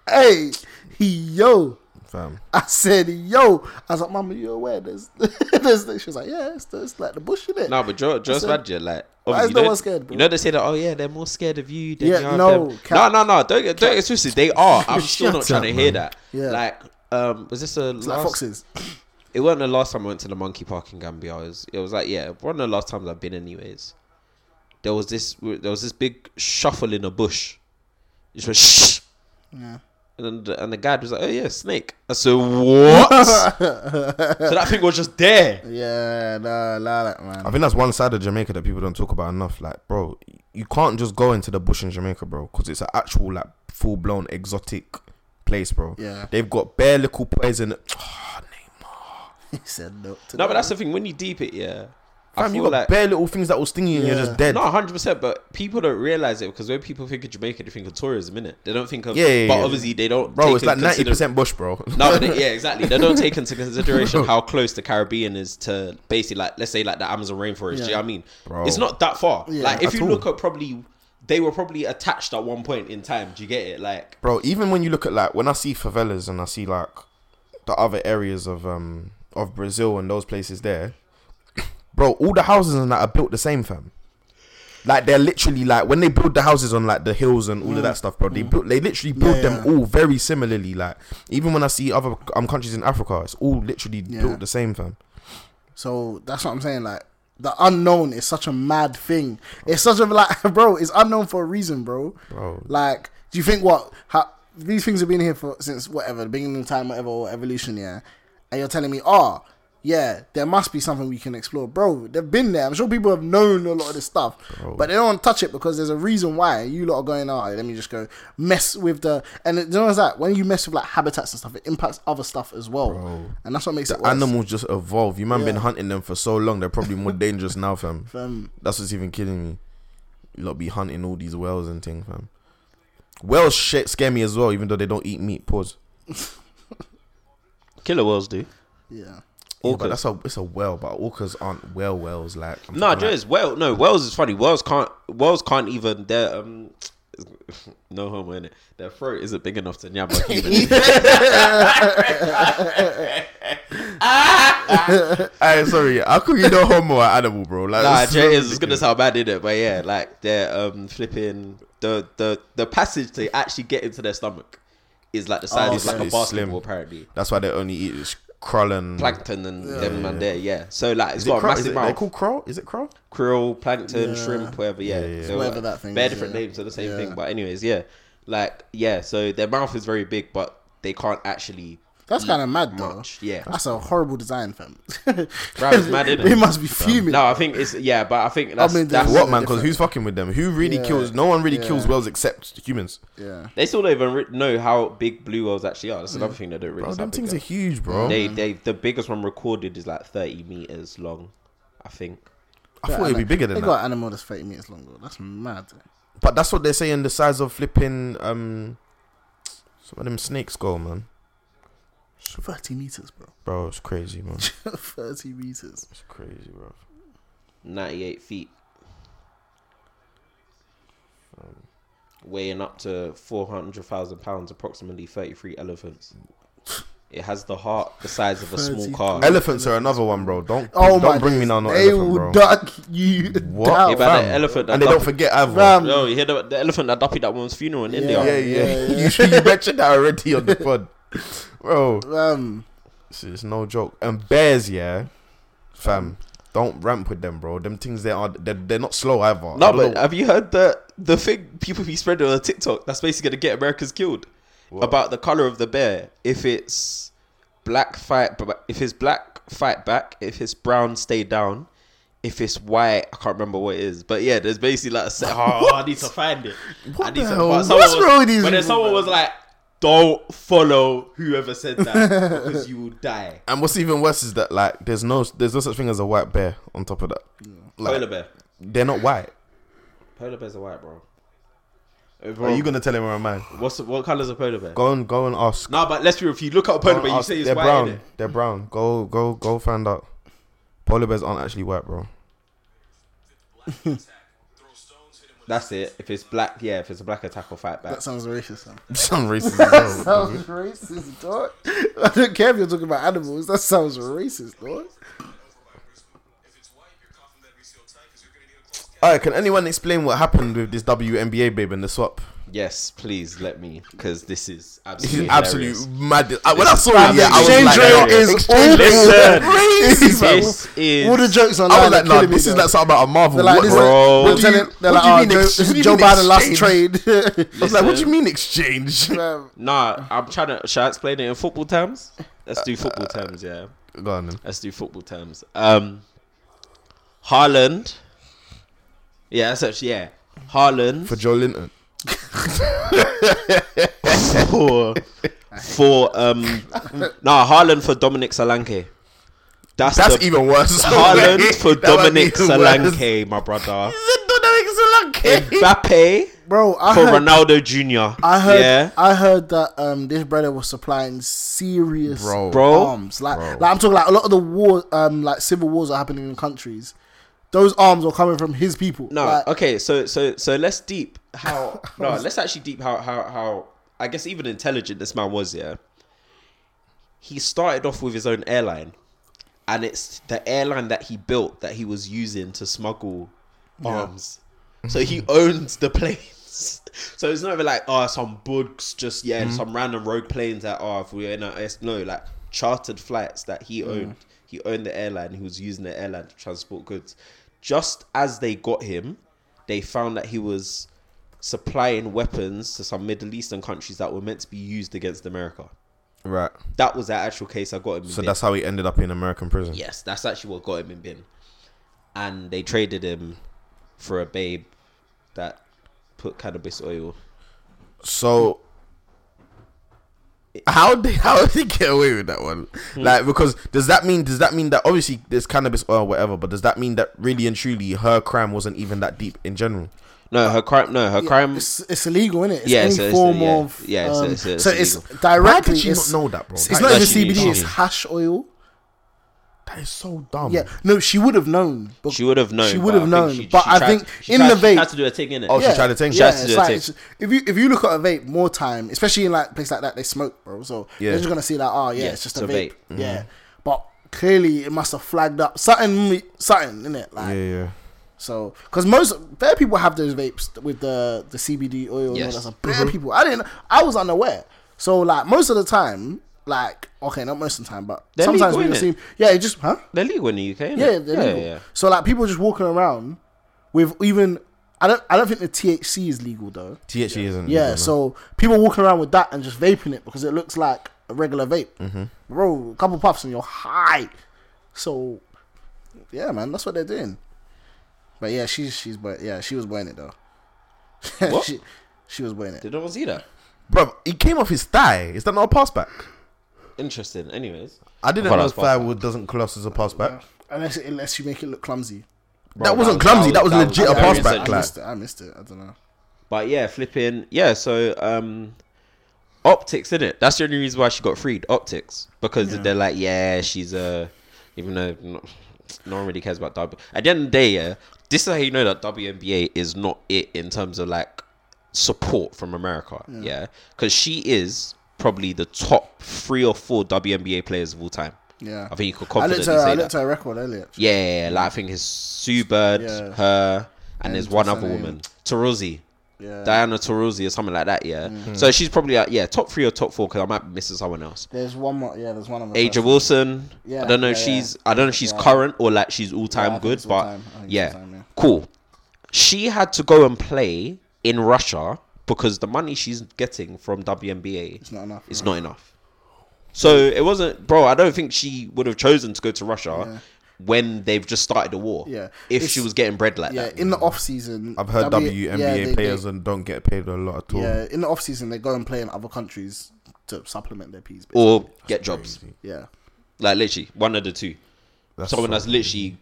Speaker 1: hey, he yo.
Speaker 3: Fam.
Speaker 1: I said, "Yo," I was like, "Mama, you aware there's there's?" this?" She was like, "Yeah, it's, it's like the bush in it."
Speaker 2: No, but Joe, Joe's
Speaker 1: said,
Speaker 2: bad, yeah. Like,
Speaker 1: why is
Speaker 2: obviously,
Speaker 1: no
Speaker 2: you know-
Speaker 1: one scared, bro?
Speaker 2: You know they say that. Oh yeah, they're more scared of you. Than
Speaker 1: Yeah,
Speaker 2: you are of
Speaker 1: no,
Speaker 2: them.
Speaker 1: cap.
Speaker 2: no, no, no. Don't get, don't get twisted. They are. I'm still not
Speaker 3: Shut
Speaker 2: trying to
Speaker 3: up,
Speaker 2: hear
Speaker 3: man.
Speaker 2: that.
Speaker 1: Yeah.
Speaker 2: Like, um, was this a last?
Speaker 1: it's like foxes.
Speaker 2: It wasn't the last time I went to the monkey park in Gambia. It was, it was like yeah, one of the last times I've been, anyways. There was this. There was this big shuffle in a bush. It just went shh.
Speaker 1: Yeah.
Speaker 2: And then the, and the guide was like, "Oh yeah, snake." I said, "What?" so that thing was just there.
Speaker 1: Yeah, no, lie that
Speaker 3: I
Speaker 1: man.
Speaker 3: think that's one side of Jamaica that people don't talk about enough. Like, bro, you can't just go into the bush in Jamaica, bro, because it's an actual like full blown exotic place, bro.
Speaker 1: Yeah.
Speaker 3: They've got bare little poison. Oh,
Speaker 1: He said no. To
Speaker 2: No, but
Speaker 1: that.
Speaker 2: that's the thing. When you deep it, yeah, I
Speaker 3: Fam, you
Speaker 2: feel
Speaker 3: got
Speaker 2: like-
Speaker 3: bare little things that will sting you and
Speaker 1: Yeah.
Speaker 3: you're just dead.
Speaker 2: Not 100, percent but people don't realize it because when people think of Jamaica, they think of tourism, innit? They don't think of
Speaker 3: Yeah, yeah,
Speaker 2: but
Speaker 3: yeah.
Speaker 2: obviously they don't.
Speaker 3: bro,
Speaker 2: take
Speaker 3: it's like
Speaker 2: into
Speaker 3: ninety
Speaker 2: consider-
Speaker 3: percent bush, bro.
Speaker 2: No, but they- yeah, exactly. They don't take into consideration how close the Caribbean is to basically, like, let's say, like the Amazon rainforest. Do you know what I mean?
Speaker 3: Bro.
Speaker 2: It's not that far.
Speaker 1: Yeah.
Speaker 2: like, if
Speaker 3: At
Speaker 2: you
Speaker 3: all.
Speaker 2: look at probably, they were probably attached at one point in time. Do you get it? Like,
Speaker 3: bro. Even when you look at like when I see favelas and I see like the other areas of um of Brazil and those places there, bro, all the houses and that are built the same, fam. Like they're literally like when they build the houses on like the hills and all of that stuff, bro. They built, they literally build
Speaker 1: Mm. Yeah, yeah.
Speaker 3: them all very similarly. Like even when I see other um countries in Africa, it's all literally
Speaker 1: Yeah.
Speaker 3: built the same, fam.
Speaker 1: So that's what I'm saying. Like the unknown is such a mad thing. It's such a like, bro. It's unknown for a reason, bro.
Speaker 3: Bro.
Speaker 1: Like, do you think what? How, these things have been here for since whatever the beginning of time, whatever or evolution, yeah. And you're telling me, oh, yeah, there must be something we can explore, bro. They've been there. I'm sure people have known a lot of this stuff, but they don't touch it because there's a reason why. You lot are going, oh, let me just go mess with the. And it, you know what's that? When you mess with like habitats and stuff, it impacts other stuff as well, and that's what makes it worse.
Speaker 3: Animals just evolve. You man been
Speaker 1: Yeah.
Speaker 3: hunting them for so long, they're probably more dangerous now, fam.
Speaker 1: Um,
Speaker 3: That's what's even killing me. You lot be hunting all these whales and things, fam. Whales shit scare me as well, even though they don't eat meat. Pause.
Speaker 2: killer whales do.
Speaker 1: yeah.
Speaker 3: Yeah, but
Speaker 2: Orcas.
Speaker 3: that's a it's a whale, but orcas aren't whale whales. Like I'm
Speaker 2: No,
Speaker 3: talking
Speaker 2: Joe
Speaker 3: like-
Speaker 2: is well. No, Wales is funny. Wales can't. Wales can't even. Their um, no homo in it. Their throat isn't big enough to nyam a human.
Speaker 3: Aye, sorry, how could you know homo an animal, bro? Like,
Speaker 2: nah,
Speaker 3: it's
Speaker 2: Joe
Speaker 3: so
Speaker 2: is. It's gonna sound bad in it, but yeah, like their um flipping the the the passage to actually get into their stomach is like the size
Speaker 1: Oh,
Speaker 2: of like
Speaker 1: okay.
Speaker 2: a
Speaker 3: It's slim.
Speaker 2: basketball apparently.
Speaker 3: That's why they only eat is krill and
Speaker 2: Plankton and them and there, yeah. So like it's
Speaker 3: Is it
Speaker 2: got a
Speaker 3: krill? Is
Speaker 2: massive
Speaker 3: it, they
Speaker 2: mouth.
Speaker 3: call krill? Is it krill?
Speaker 2: krill, plankton,
Speaker 1: Yeah.
Speaker 2: shrimp, whatever. Yeah,
Speaker 3: Yeah, yeah, yeah.
Speaker 2: So,
Speaker 1: Whatever
Speaker 2: like,
Speaker 1: that thing
Speaker 2: Bare
Speaker 1: is,
Speaker 2: different
Speaker 1: yeah.
Speaker 2: names for the same
Speaker 1: Yeah.
Speaker 2: thing, but anyways, yeah. Like yeah, so their mouth is very big, but they can't actually.
Speaker 1: That's
Speaker 2: eat
Speaker 1: kind of mad, though.
Speaker 2: Mm. much. Yeah.
Speaker 1: That's a horrible design, fam.
Speaker 2: it's mad, innit?
Speaker 1: They must be fuming.
Speaker 2: No, I think it's yeah, but I think that's,
Speaker 1: mean,
Speaker 2: that's
Speaker 1: the-
Speaker 3: What man? Because
Speaker 1: different.
Speaker 3: who's fucking with them? Who really
Speaker 1: Yeah.
Speaker 3: kills? No one really kills
Speaker 1: Yeah.
Speaker 3: whales except humans.
Speaker 1: Yeah.
Speaker 2: they still don't even re- know how big blue whales actually are. That's another thing they don't
Speaker 3: Bro,
Speaker 2: realize. how
Speaker 3: them
Speaker 2: big
Speaker 3: things
Speaker 2: they
Speaker 3: are
Speaker 2: are.
Speaker 3: huge, bro.
Speaker 2: They they the biggest one recorded is like thirty meters long, I think.
Speaker 3: I thought it'd be bigger
Speaker 1: They
Speaker 3: than that.
Speaker 1: got an animal that's 30 meters long, though. That's mad.
Speaker 3: But that's what they're saying the size of flipping um some of them snakes go, man.
Speaker 1: 30 meters, bro.
Speaker 3: Bro, it's crazy, man.
Speaker 1: 30 meters.
Speaker 3: It's crazy, bro.
Speaker 2: Ninety eight feet. Um, weighing up to 400,000 pounds, approximately 33 elephants. It has the heart the size of a small
Speaker 1: 33.
Speaker 2: car.
Speaker 1: Ele-
Speaker 3: Elephants are another one, bro. Don't
Speaker 1: Oh, my
Speaker 3: don't bring me
Speaker 1: days.
Speaker 3: down no
Speaker 1: They
Speaker 3: elephant,
Speaker 1: will
Speaker 3: bro.
Speaker 1: duck you
Speaker 3: What?
Speaker 1: down.
Speaker 2: yeah, but
Speaker 3: fam.
Speaker 2: the elephant that
Speaker 3: and they don't
Speaker 2: duffied-
Speaker 3: forget either.
Speaker 1: Fam.
Speaker 2: No, you hear the, the elephant that duppied that woman's funeral in
Speaker 3: yeah,
Speaker 2: India.
Speaker 3: yeah.
Speaker 1: Yeah, yeah.
Speaker 3: you, should- you mentioned that already on the pod, bro.
Speaker 1: Um,
Speaker 3: It's, it's no joke. And bears, yeah, fam. Don't ramp with them, bro. Them things they are they're, they're not slow either. I
Speaker 2: No,
Speaker 3: don't
Speaker 2: but
Speaker 3: know-
Speaker 2: have you heard the the thing people be spreading on TikTok that's basically gonna get Americans killed about the color of the bear? If it's black fight, b- if it's black fight back, if it's brown stay down, if it's white, I can't remember what it is. But yeah, there's basically like a set. Oh, I need to find it.
Speaker 3: What
Speaker 2: I need
Speaker 3: the
Speaker 2: to-
Speaker 3: hell?
Speaker 2: but someone
Speaker 1: What's
Speaker 2: was-
Speaker 1: wrong with these
Speaker 2: But then
Speaker 1: people,
Speaker 2: someone was like, "Don't follow whoever said that because you will die."
Speaker 3: and what's even worse is that like there's no there's no such thing as a white bear. On top of that, like,
Speaker 2: Polar bear.
Speaker 3: they're not white.
Speaker 2: Polar bears are white, bro. Hey,
Speaker 3: Are
Speaker 2: bro,
Speaker 3: you gonna tell him I'm man?
Speaker 2: what's what colors a polar bear?
Speaker 3: Go and go and ask.
Speaker 2: No, but let's be real. If you look at a polar
Speaker 3: Go and
Speaker 2: bear, you
Speaker 3: ask.
Speaker 2: say it's
Speaker 3: Oh, they're
Speaker 2: white.
Speaker 3: brown.
Speaker 2: innit?
Speaker 3: They're brown. Go go go find out. Polar bears aren't actually white, bro.
Speaker 2: That's it. If it's black, yeah. If it's a black attack or fight back.
Speaker 1: that sounds racist, fam.
Speaker 3: Some racist. as well.
Speaker 1: Sounds
Speaker 2: Mm-hmm.
Speaker 1: racist, dog. I don't care if you're talking about animals. That sounds racist, dog.
Speaker 3: Alright, can anyone explain what happened with this WNBA babe and the swap?
Speaker 2: Yes, please let me, because this is
Speaker 3: This
Speaker 2: absolutely
Speaker 3: is absolute
Speaker 2: hilarious.
Speaker 3: mad. I, when I saw it,
Speaker 1: Fam,
Speaker 3: yeah, I was
Speaker 1: exchange
Speaker 3: like,
Speaker 1: rate is
Speaker 3: yeah, exchange rate
Speaker 1: awful.
Speaker 3: is
Speaker 1: Listen.
Speaker 3: crazy, fam.
Speaker 2: This is
Speaker 1: All the jokes online.
Speaker 3: I was
Speaker 1: are
Speaker 3: like, nah,
Speaker 1: killing me,
Speaker 3: this is
Speaker 1: though.
Speaker 3: like something out of Marvel.
Speaker 1: They're like,
Speaker 3: what,
Speaker 1: this Is,
Speaker 2: Bro.
Speaker 3: what
Speaker 1: they're
Speaker 3: do you,
Speaker 1: telling- they're like,
Speaker 3: what do you
Speaker 1: oh,
Speaker 3: mean
Speaker 1: Joe,
Speaker 3: ex- what do you
Speaker 1: Joe
Speaker 3: mean
Speaker 1: Biden last
Speaker 3: exchange?
Speaker 1: trade.
Speaker 3: I was like, what do you mean exchange? Go
Speaker 1: Fam,
Speaker 2: Nah, I'm trying to. Should I explain it in football terms? Let's do football terms. Yeah,
Speaker 3: on then.
Speaker 2: let's do football terms. Um, Haaland. Yeah, that's actually yeah. Haaland
Speaker 3: For Joe Linton.
Speaker 2: for for um. Nah, Haaland for Dominic Solanke. That's,
Speaker 3: That's
Speaker 2: the
Speaker 3: even worse.
Speaker 2: Haaland for
Speaker 3: That might be
Speaker 2: Dominic
Speaker 3: even worse.
Speaker 2: Solanke, my brother.
Speaker 3: He said Dominic Solanke.
Speaker 2: Mbappe
Speaker 1: Bro, I
Speaker 2: for
Speaker 1: heard,
Speaker 2: Ronaldo Jr.
Speaker 1: I heard,
Speaker 2: Yeah.
Speaker 1: I heard that um, this brother was supplying serious
Speaker 3: Bro.
Speaker 2: Bro.
Speaker 1: arms. Like,
Speaker 3: Bro.
Speaker 1: like I'm talking like a lot of the war, um, like civil wars are happening in countries. Those arms are coming from his people.
Speaker 2: No,
Speaker 1: Like,
Speaker 2: okay, so so so let's deep how no, let's actually deep how how how I guess even intelligent this man was, yeah. He started off with his own airline and it's the airline that he built that he was using to smuggle arms. So he
Speaker 3: Mm.
Speaker 2: owns the planes. So it's not even like oh some bugs just yeah
Speaker 3: Mm.
Speaker 2: some random rogue planes that are if we're in a it's no like chartered flights that he
Speaker 3: Mm.
Speaker 2: owned. He owned the airline. He was using the airline to transport goods. Just as they got him, they found that he was supplying weapons to some Middle Eastern countries that were meant to be used against America.
Speaker 3: Right.
Speaker 2: That was the actual case I got him. in
Speaker 3: So
Speaker 2: bit.
Speaker 3: that's how he ended up in American prison.
Speaker 2: Yes, that's actually what got him in bin. And they traded him for a babe that put cannabis oil.
Speaker 3: So how did how did he get away with that one? Like because does that mean does that mean that obviously there's cannabis oil whatever, but does that mean that really and truly her crime wasn't even that deep in general?
Speaker 2: No, her crime. No, her crime.
Speaker 1: It's, it's illegal, isn't it? It's
Speaker 2: um, Yeah,
Speaker 1: any
Speaker 2: so it's-
Speaker 1: form
Speaker 2: yeah,
Speaker 1: of
Speaker 2: yeah, so
Speaker 1: um,
Speaker 2: it's- it's
Speaker 1: so it's
Speaker 2: illegal.
Speaker 1: directly.
Speaker 3: Why did she not
Speaker 1: it's-
Speaker 3: know that, bro?
Speaker 1: It's
Speaker 3: That
Speaker 1: not
Speaker 2: is-
Speaker 1: even
Speaker 2: She knew.
Speaker 1: CBD. It's
Speaker 3: Dumb.
Speaker 1: hash oil.
Speaker 3: That is so dumb.
Speaker 1: Yeah, no, she would have known. But
Speaker 2: She would have known.
Speaker 1: She
Speaker 2: but
Speaker 1: would have
Speaker 2: I
Speaker 1: known.
Speaker 2: think she-
Speaker 1: but
Speaker 2: she
Speaker 1: I
Speaker 2: tried-
Speaker 1: think
Speaker 2: she
Speaker 1: in
Speaker 2: tried-
Speaker 1: the
Speaker 2: she
Speaker 1: vape,
Speaker 2: tried to do a thing in it.
Speaker 3: Oh, she tried to think.
Speaker 1: Yeah,
Speaker 2: She tried to
Speaker 1: it's
Speaker 2: do a
Speaker 1: like,
Speaker 2: thing.
Speaker 1: it's- if you if you look at a vape more time, especially in like places like that, they smoke, bro. So
Speaker 3: Yeah. Mm-hmm.
Speaker 1: they're just gonna see that. Oh yeah,
Speaker 2: Yeah,
Speaker 1: it's just
Speaker 2: it's
Speaker 1: a
Speaker 2: a
Speaker 1: vape.
Speaker 2: vape.
Speaker 1: Yeah, but clearly it must have flagged up something, me- something in it. Like
Speaker 3: Yeah, yeah.
Speaker 1: so, because most fair people have those vapes with the the CBD oil. and all
Speaker 2: Yes.
Speaker 1: that stuff. Bare
Speaker 3: Mm-hmm.
Speaker 1: people. I didn't. I was unaware. So like most of the time, like okay, not most of the time, but
Speaker 2: They're
Speaker 1: sometimes
Speaker 2: legal,
Speaker 1: we
Speaker 2: innit?
Speaker 1: assume. Yeah, it just huh.
Speaker 2: They're legal in the UK. innit?
Speaker 1: Yeah, they're
Speaker 2: yeah,
Speaker 1: legal.
Speaker 2: yeah.
Speaker 1: So like people just walking around with even I don't I don't think the THC is legal though.
Speaker 3: THC E
Speaker 2: Mm-hmm.
Speaker 3: isn't.
Speaker 1: Yeah,
Speaker 3: legal,
Speaker 1: so people walking around with that and just vaping it because it looks like a regular vape.
Speaker 2: Mm-hmm.
Speaker 1: Bro, a couple puffs and you're high. So yeah, man, that's what they're doing. But yeah, she's she's but yeah, she was wearing it though.
Speaker 2: What?
Speaker 1: she, she was wearing it.
Speaker 2: Did no one see that?
Speaker 3: no. bro. He came off his thigh. Is that not a pass back?
Speaker 2: Interesting. Anyways,
Speaker 3: I didn't
Speaker 2: thought
Speaker 3: know
Speaker 2: that was pass back.
Speaker 3: thigh wood doesn't class as a pass back.
Speaker 1: Unless unless you make it look clumsy.
Speaker 2: Bro,
Speaker 3: that wasn't clumsy. That was, legit
Speaker 2: that
Speaker 3: a
Speaker 2: was
Speaker 3: pass
Speaker 2: very
Speaker 3: back.
Speaker 2: essential.
Speaker 1: I
Speaker 3: Like,
Speaker 1: missed it. I missed it. I don't know.
Speaker 2: But yeah, flipping yeah. So um, optics in it. That's the only reason why she got freed. Optics because they're like, yeah, she's a even though no, no one really cares about W. At the end of the day, yeah, this is how you know that WNBA is not it in terms of like support from America. Yeah, because she is probably the top three or four WNBA players of all time.
Speaker 1: Yeah.
Speaker 2: I think you could
Speaker 1: I
Speaker 2: confidently
Speaker 1: looked at her,
Speaker 2: say
Speaker 1: I
Speaker 2: that.
Speaker 1: looked at her record earlier.
Speaker 2: Yeah, yeah, yeah, like I think it's Sue Bird,
Speaker 1: Yeah.
Speaker 2: her, and,
Speaker 1: And
Speaker 2: there's one
Speaker 1: what's
Speaker 2: other
Speaker 1: her name?
Speaker 2: woman, Taurasi,
Speaker 1: Yeah.
Speaker 2: Diana Taurasi or something like that. Yeah,
Speaker 1: Mm-hmm.
Speaker 2: so she's probably like, yeah, top three or top four because I might be missing someone else.
Speaker 1: There's one more. Yeah, there's one of them.
Speaker 2: Aja Wilson.
Speaker 1: Yeah,
Speaker 2: I don't know.
Speaker 1: yeah,
Speaker 2: if
Speaker 1: yeah.
Speaker 2: she's. I don't know. if She's
Speaker 1: Yeah.
Speaker 2: current or like she's all time
Speaker 1: think
Speaker 2: good.
Speaker 1: it's
Speaker 2: But
Speaker 1: all-time. I think it's
Speaker 2: yeah.
Speaker 1: all-time, yeah.
Speaker 2: cool. She had to go and play in Russia because the money she's getting from WNBA
Speaker 1: It's not enough.
Speaker 2: it's not enough. So it wasn't, bro. I don't think she would have chosen to go to Russia when they've just started the war.
Speaker 1: Yeah.
Speaker 2: if
Speaker 1: It's-
Speaker 2: she was getting bread like
Speaker 1: yeah,
Speaker 2: that.
Speaker 1: in the off season,
Speaker 3: I've heard WNBA players
Speaker 1: They,
Speaker 3: and don't get paid a lot at all.
Speaker 1: yeah, in the off season, they go and play in other countries to supplement their peas. basically.
Speaker 2: or get jobs.
Speaker 3: Crazy.
Speaker 1: yeah,
Speaker 2: Like literally, one of the two.
Speaker 3: That's
Speaker 2: Someone
Speaker 3: so-
Speaker 2: that's literally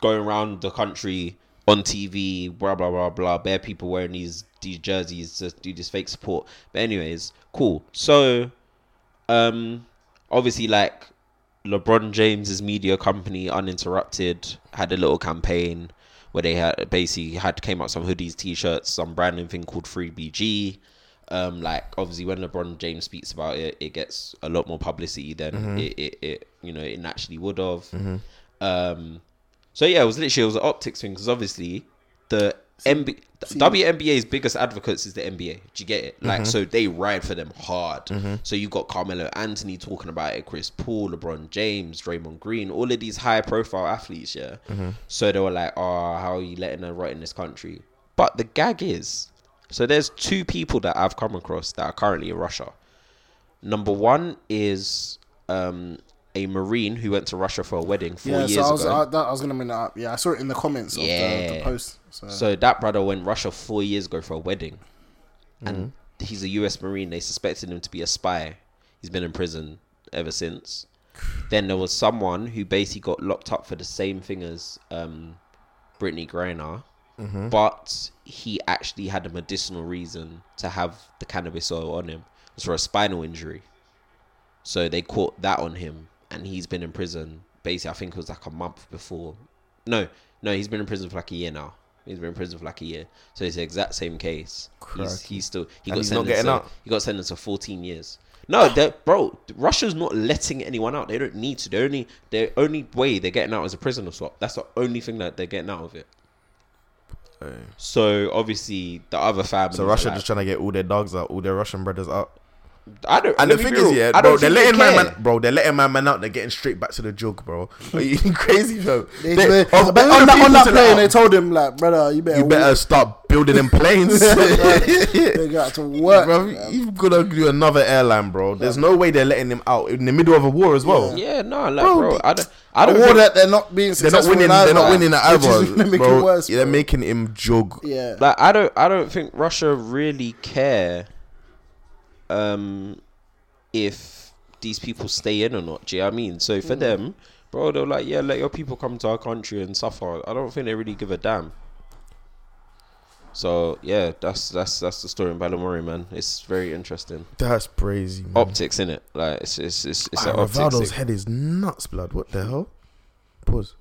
Speaker 2: going around the country on TV, blah blah blah blah. Bare people wearing these these jerseys to do this fake support. But anyways, cool. So, um, obviously, like LeBron James's media company, Uninterrupted, had a little campaign where they had basically had came out some hoodies, t-shirts, some branding thing called Free BG. Um, like obviously when LeBron James speaks about it, it gets a lot more publicity than
Speaker 3: Mm-hmm.
Speaker 2: it, it, it you know it naturally would have. Um, so yeah, it was literally it was an optics thing because obviously the MB, WNBA's biggest advocates is the NBA. Do you get it? Like so they ride for them hard. So you got Carmelo Anthony talking about it, Chris Paul, LeBron James, Draymond Green, all of these high profile athletes. Yeah. So they were like, "Oh, how are you letting her rot in this country?" But the gag is, so there's two people that I've come across that are currently in Russia. Number one is um, a Marine who went to Russia for a wedding four
Speaker 1: yeah.
Speaker 2: years
Speaker 1: So I was,
Speaker 2: ago.
Speaker 1: I, that, I was gonna bring that up. Yeah, I saw it in the comments of the, the
Speaker 2: Yeah.
Speaker 1: post. So,
Speaker 2: So that brother went Russia four years ago for a wedding, and he's a U.S. Marine. They suspected him to be a spy. He's been in prison ever since. Then there was someone who basically got locked up for the same thing as um, Brittany Griner, but he actually had a medicinal reason to have the cannabis oil on him. It was for a spinal injury. So they caught that on him, and he's been in prison. Basically, I think it was like a month before. No, no, he's been in prison for like a year now. He's been in prison for like a year. So it's the exact same case. He's,
Speaker 3: Crikey.
Speaker 2: he's still he got
Speaker 3: And he's not
Speaker 2: sentenced.
Speaker 3: getting
Speaker 2: to,
Speaker 3: out?
Speaker 2: He got sentenced to 14 years. No, they're- bro, Russia's not letting anyone out. They don't need to. The only the only way they're getting out is a prisoner swap. That's the only thing that they're getting out of it.
Speaker 3: Hey.
Speaker 2: So obviously the other family.
Speaker 3: So
Speaker 2: were
Speaker 3: Russia
Speaker 2: like-
Speaker 3: just trying to get all their dogs out, all their Russian brothers out.
Speaker 2: I don't.
Speaker 3: And
Speaker 2: let me
Speaker 3: the thing
Speaker 2: be
Speaker 3: is,
Speaker 2: real,
Speaker 3: yeah,
Speaker 2: I
Speaker 3: bro,
Speaker 2: don't
Speaker 3: they're
Speaker 2: think they
Speaker 3: letting my
Speaker 2: care.
Speaker 3: man, bro, they're letting my man out. They're getting straight back to the jug, bro. Are you crazy, bro?
Speaker 1: They,
Speaker 3: They-
Speaker 1: they-
Speaker 3: of all
Speaker 1: on,
Speaker 3: the
Speaker 1: that, on
Speaker 3: people
Speaker 1: that
Speaker 3: to let
Speaker 1: plane,
Speaker 3: out,
Speaker 1: they told him like, brother, you better,
Speaker 3: you better start building them planes.
Speaker 1: they got to work.
Speaker 3: Bro, you've got to do another airline, bro. There's no way they're letting him out in the middle of a war as well.
Speaker 2: Yeah, no, like,
Speaker 3: Bro,
Speaker 2: bro,
Speaker 3: they-
Speaker 2: I don't. I
Speaker 1: I
Speaker 2: don't.
Speaker 1: don't
Speaker 2: think-
Speaker 1: that they're not being
Speaker 3: They're not
Speaker 1: successful.
Speaker 3: winning. They're not winning that
Speaker 1: Which
Speaker 3: either.
Speaker 1: is gonna make
Speaker 3: bro.
Speaker 1: it worse.
Speaker 3: They're
Speaker 1: bro.
Speaker 3: making him jog.
Speaker 1: yeah.
Speaker 2: Like I don't I don't think Russia really care um if these people stay in or not, do you know what I mean? So for them, bro, they're like, Yeah, let your people come to our country and suffer. I don't think they really give a damn. So yeah, that's that's that's the story in Balamori, man. It's very interesting.
Speaker 3: That's crazy. Man.
Speaker 2: Optics in it, like it's it's it's, it's an
Speaker 3: Ah,
Speaker 2: optics.
Speaker 3: Hmm. Rivaldo's
Speaker 2: thing.
Speaker 3: head is nuts, blood. What the hell? Pause.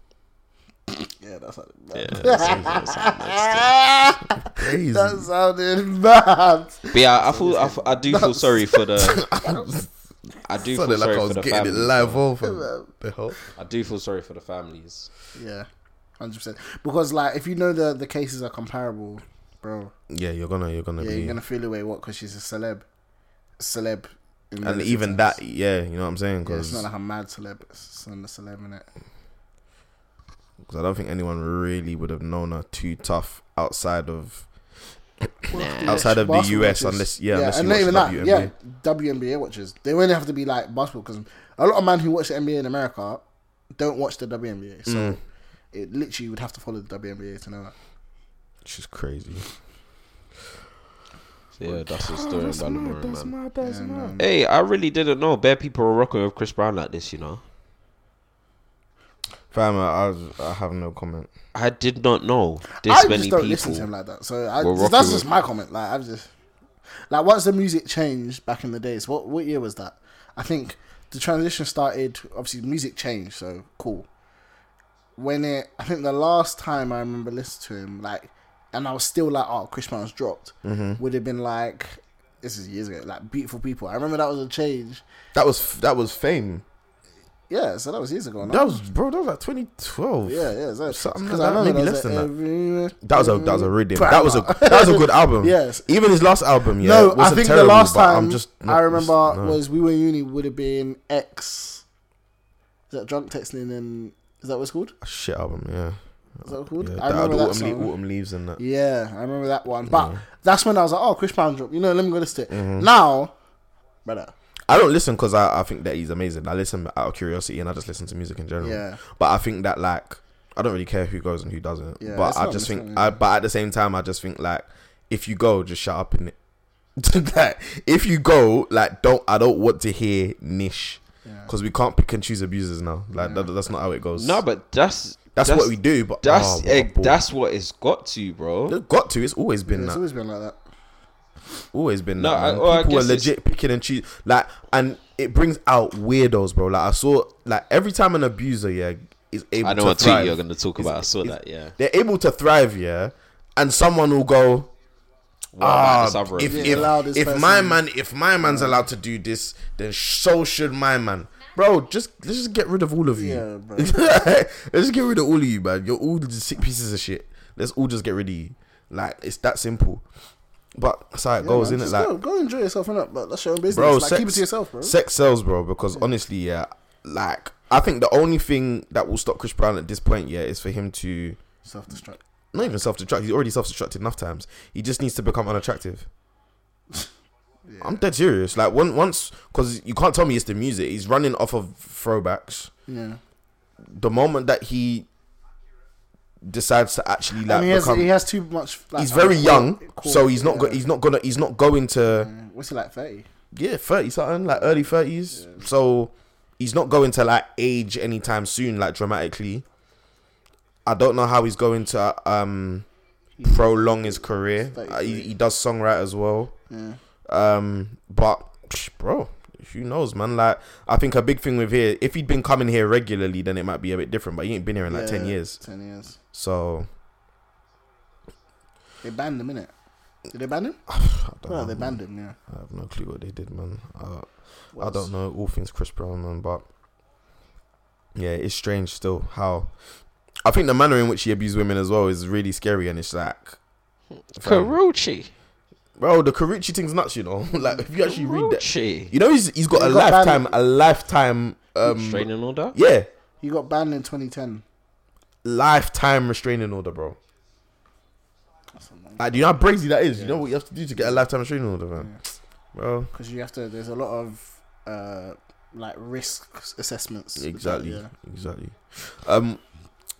Speaker 1: yeah, that's how.
Speaker 2: Yeah, it's- it's- it's-
Speaker 3: Crazy.
Speaker 1: That sounded mad.
Speaker 2: but yeah, I feel I, feel- I do feel sorry for the. I do feel
Speaker 3: Sounded like
Speaker 2: sorry
Speaker 3: I
Speaker 2: for
Speaker 3: was
Speaker 2: the
Speaker 3: getting it
Speaker 2: families.
Speaker 3: live over. The hell?
Speaker 2: I do feel sorry for the families.
Speaker 1: Yeah, hundred percent. Because like, if you know the the cases are comparable, bro,
Speaker 3: Yeah, you're gonna, you're gonna
Speaker 1: yeah,
Speaker 3: be.
Speaker 1: you're gonna feel away. What? Because she's a celeb, celeb. in
Speaker 3: and
Speaker 1: relative
Speaker 3: even
Speaker 1: terms.
Speaker 3: that, yeah, you know what I'm saying?
Speaker 1: Yeah, it's
Speaker 3: Because
Speaker 1: not like a mad celeb. It's not a celeb in it.
Speaker 3: I don't think anyone really would have known her too tough outside of outside of the
Speaker 1: Basketball
Speaker 3: US,
Speaker 1: watches.
Speaker 3: unless yeah, unless
Speaker 1: and
Speaker 3: you
Speaker 1: not
Speaker 3: watch
Speaker 1: even
Speaker 3: WNBA.
Speaker 1: that. Yeah, WNBA watches. They only have to be like basketball because a lot of men who watch the NBA in America don't watch the WNBA. So
Speaker 3: Mm.
Speaker 1: it literally you would have to follow the WNBA to know that.
Speaker 3: She's crazy.
Speaker 2: Yeah, that's the
Speaker 3: Oh,
Speaker 2: story of Baltimore, man.
Speaker 1: Yeah, no.
Speaker 2: Hey, I really didn't know bare people were rocking with Chris Brown like this, you know.
Speaker 3: Fam, I, was- I have no comment.
Speaker 2: I did not know this
Speaker 1: I
Speaker 2: many
Speaker 1: just don't listen to him
Speaker 2: people.
Speaker 1: like that. So I,
Speaker 2: were
Speaker 1: just-
Speaker 2: rocking
Speaker 1: that's
Speaker 2: with-
Speaker 1: just my comment. Like I've just like once the music changed back in the days. What what year was that? I think the transition started. Obviously, music changed. So cool. When it, I think the last time I remember listening to him, like, and I was still like, oh, Chris Brown's dropped.
Speaker 3: Mm-hmm.
Speaker 1: Would have been like, this is years ago. Like, beautiful people. I remember that was a change.
Speaker 3: That was that was fame.
Speaker 1: Yeah, so that was years ago. no?
Speaker 3: That was bro. That was like 2012.
Speaker 1: yeah, yeah. So,
Speaker 3: Something
Speaker 1: 'cause
Speaker 3: like
Speaker 1: I
Speaker 3: that,
Speaker 1: remember that
Speaker 3: maybe less
Speaker 1: was
Speaker 3: than that.
Speaker 1: everywhere-
Speaker 3: That was a that was a rhythm.
Speaker 1: Bang.
Speaker 3: That was a that was a good album.
Speaker 1: Yes.
Speaker 3: Even his last album. Yeah,
Speaker 1: No,
Speaker 3: wasn't
Speaker 1: I think
Speaker 3: terrible,
Speaker 1: the last
Speaker 3: but I'm
Speaker 1: time
Speaker 3: just not-
Speaker 1: I remember
Speaker 3: no.
Speaker 1: was we were in uni would have been X. Is that drunk texting and is that what it's called?
Speaker 3: shit album. Yeah,
Speaker 1: Is that what it's called?
Speaker 3: yeah.
Speaker 1: I remember
Speaker 3: autumn,
Speaker 1: that
Speaker 3: Le-
Speaker 1: song.
Speaker 3: autumn leaves and that.
Speaker 1: Yeah, I remember that one. But that's when I was like, oh, Chris Brown drop. You know, let me go listen to it.
Speaker 3: Mm-hmm.
Speaker 1: Now, brother,
Speaker 3: I don't listen because I, I think that he's amazing. I listen out of curiosity and I just listen to music in general.
Speaker 1: Yeah.
Speaker 3: But I think that like I don't really care who goes and who doesn't.
Speaker 1: Yeah,
Speaker 3: but
Speaker 1: it's
Speaker 3: I
Speaker 1: not-
Speaker 3: just
Speaker 1: it's
Speaker 3: think
Speaker 1: not
Speaker 3: I but at the same time I just think like if you go, just shut up in it. like if you go, like don't I don't want to hear niche.
Speaker 1: Yeah.
Speaker 3: Because we can't pick and choose abusers now. Like that, that's not how it goes.
Speaker 2: No, but that's
Speaker 3: that's, what we do. But oh,
Speaker 2: That's
Speaker 3: what a
Speaker 2: eh,
Speaker 3: ball.
Speaker 2: that's what it's got to, bro.
Speaker 3: They've got to. It's always been
Speaker 1: it's
Speaker 3: that.
Speaker 1: always been like that.
Speaker 3: always been
Speaker 2: No,
Speaker 3: that.
Speaker 2: I-
Speaker 3: man.
Speaker 2: well, I
Speaker 3: People are
Speaker 2: guess it's-
Speaker 3: legit picking and choosing. Like, and it brings out weirdos, bro. Like I saw, like every time an abuser, yeah, is able.
Speaker 2: I know
Speaker 3: to
Speaker 2: what tweet
Speaker 3: thrive,
Speaker 2: you're gonna talk about. I saw that. Yeah.
Speaker 3: They're able to thrive, yeah, and someone will go.
Speaker 2: What about
Speaker 3: Ah,
Speaker 2: this other
Speaker 3: if
Speaker 2: one?
Speaker 1: Yeah, allow
Speaker 3: if,
Speaker 1: this
Speaker 3: if my
Speaker 1: person-
Speaker 3: man if my man's allowed to do this, then so should my man, bro. Just let's just get rid of all of you.
Speaker 1: Yeah, bro.
Speaker 3: let's just get rid of all of you, man. You're all just sick pieces of shit. Let's all just get rid of you. Like it's that simple. But that's how it
Speaker 1: Yeah,
Speaker 3: goes,
Speaker 1: man,
Speaker 3: Oh, isn't it?
Speaker 1: just
Speaker 3: Like
Speaker 1: go, go enjoy yourself and that, but that's your own business.
Speaker 3: bro,
Speaker 1: like,
Speaker 3: sex,
Speaker 1: keep it to yourself, bro.
Speaker 3: Sex sells, bro, because honestly, yeah, like I think the only thing that will stop Chris Brown at this point, yeah, is for him to
Speaker 1: Self destruct.
Speaker 3: not even self destruct. He's already self destructed enough times. He just needs to become unattractive. I'm dead serious. Like one once, because you can't tell me it's the music. He's running off of throwbacks.
Speaker 1: Yeah,
Speaker 3: The moment that he decides to actually like
Speaker 1: and he has
Speaker 3: become,
Speaker 1: he has too much. Like,
Speaker 3: he's very
Speaker 1: uh,
Speaker 3: young,
Speaker 1: core-
Speaker 3: so he's not go,
Speaker 1: yeah. Mm.
Speaker 3: he's not gonna he's not going to
Speaker 1: Yeah. What's he like? Thirty.
Speaker 3: yeah, thirty something, like early thirties. So he's not going to like age anytime soon, like dramatically. I don't know how he's going to um prolong his career.
Speaker 1: Thirty
Speaker 3: Uh, he,
Speaker 1: three.
Speaker 3: he does songwrite as well.
Speaker 1: Yeah.
Speaker 3: Um, but bro, who knows, man? Like, I think a big thing with here, if he'd been coming here regularly, then it might be a bit different. But he ain't been here in like ten
Speaker 1: Yeah,
Speaker 3: years,
Speaker 1: Ten years.
Speaker 3: so
Speaker 1: They banned him, innit? Did they ban him?
Speaker 3: I don't
Speaker 1: Well,
Speaker 3: know,
Speaker 1: they
Speaker 3: man.
Speaker 1: banned him. Yeah.
Speaker 3: I have no clue what they did, man. Uh,
Speaker 1: What
Speaker 3: I
Speaker 1: else?
Speaker 3: don't know all things Chris Brown, man, but yeah, it's strange still how I think the manner in which he abused women as well is really scary, and it's like, fam,
Speaker 2: Karuchi.
Speaker 3: bro, the Karuchi thing's nuts, you know. like if you actually read that,
Speaker 2: Karuchi.
Speaker 3: you know, he's he's got
Speaker 1: He
Speaker 3: a
Speaker 1: got banned-
Speaker 3: lifetime, a lifetime, um,
Speaker 2: Restraining order.
Speaker 3: yeah,
Speaker 1: He got banned in 2010.
Speaker 3: lifetime restraining order, bro. Like, do you know how crazy that is? You know what you have to do to get a lifetime restraining order, man. Well,
Speaker 1: Because you have to. There's a lot of uh, like risk assessments. with that,
Speaker 3: Exactly.
Speaker 1: yeah.
Speaker 3: Exactly. Um,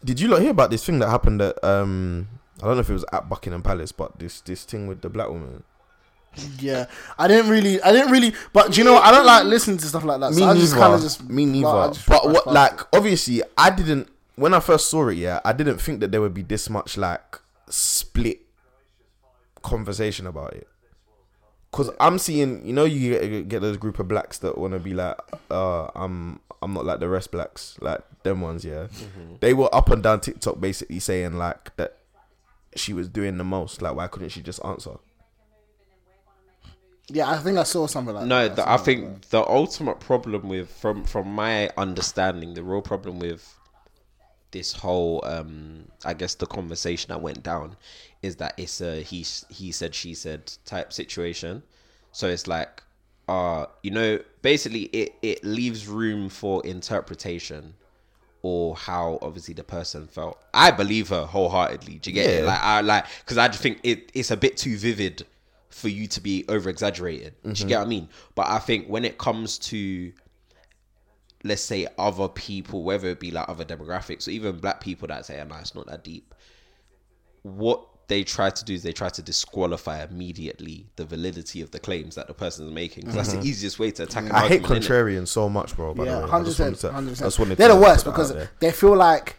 Speaker 3: did you not hear about this thing that happened at um? I don't know if it was at Buckingham Palace, but this this thing with the black woman.
Speaker 1: Yeah, I didn't really, I didn't really, but do you know, what? I don't like listening to stuff like that.
Speaker 3: Me
Speaker 1: so I just kind
Speaker 3: neither.
Speaker 1: of just
Speaker 3: Me neither.
Speaker 1: well, I just
Speaker 3: but
Speaker 1: brushed
Speaker 3: what,
Speaker 1: past
Speaker 3: like,
Speaker 1: it.
Speaker 3: obviously, I didn't. When I first saw it, yeah, I didn't think that there would be this much like split conversation about it. Cause I'm seeing, you know, you get- get those group of blacks that want to be like, uh, I'm, I'm not like the rest blacks, like them ones, yeah.
Speaker 1: Mm-hmm.
Speaker 3: They were up and down TikTok basically saying like that she was doing the most. Like, why couldn't she just answer?
Speaker 1: yeah, I think I saw something like
Speaker 2: No,
Speaker 1: that.
Speaker 2: the, I think the ultimate problem with from from my understanding, the real problem with this whole um I guess the conversation that went down is that it's a he s- he said she said type situation. So it's like uh you know basically it it leaves room for interpretation or how obviously the person felt. I believe her wholeheartedly. Do you get it?
Speaker 3: Yeah.
Speaker 2: Like I like because I just think it it's a bit too vivid for you to be over exaggerated. Do you get what I mean? But I think when it comes to let's say other people, whether it be like other demographics or even black people that say, oh, no, it's not that deep. What they try to do is they try to disqualify immediately the validity of the claims that the person's making. 'cause that's the easiest way to attack an
Speaker 3: Mm-hmm. I hate
Speaker 2: argument, innit?
Speaker 3: contrarian so much, bro. By
Speaker 1: yeah,
Speaker 3: the way, I just
Speaker 1: hundred
Speaker 3: wanted
Speaker 1: percent,
Speaker 3: to- I
Speaker 1: hundred
Speaker 3: just
Speaker 1: percent.
Speaker 3: wanted
Speaker 1: They're the
Speaker 3: to
Speaker 1: worst
Speaker 3: put that out
Speaker 1: because
Speaker 3: there.
Speaker 1: they feel like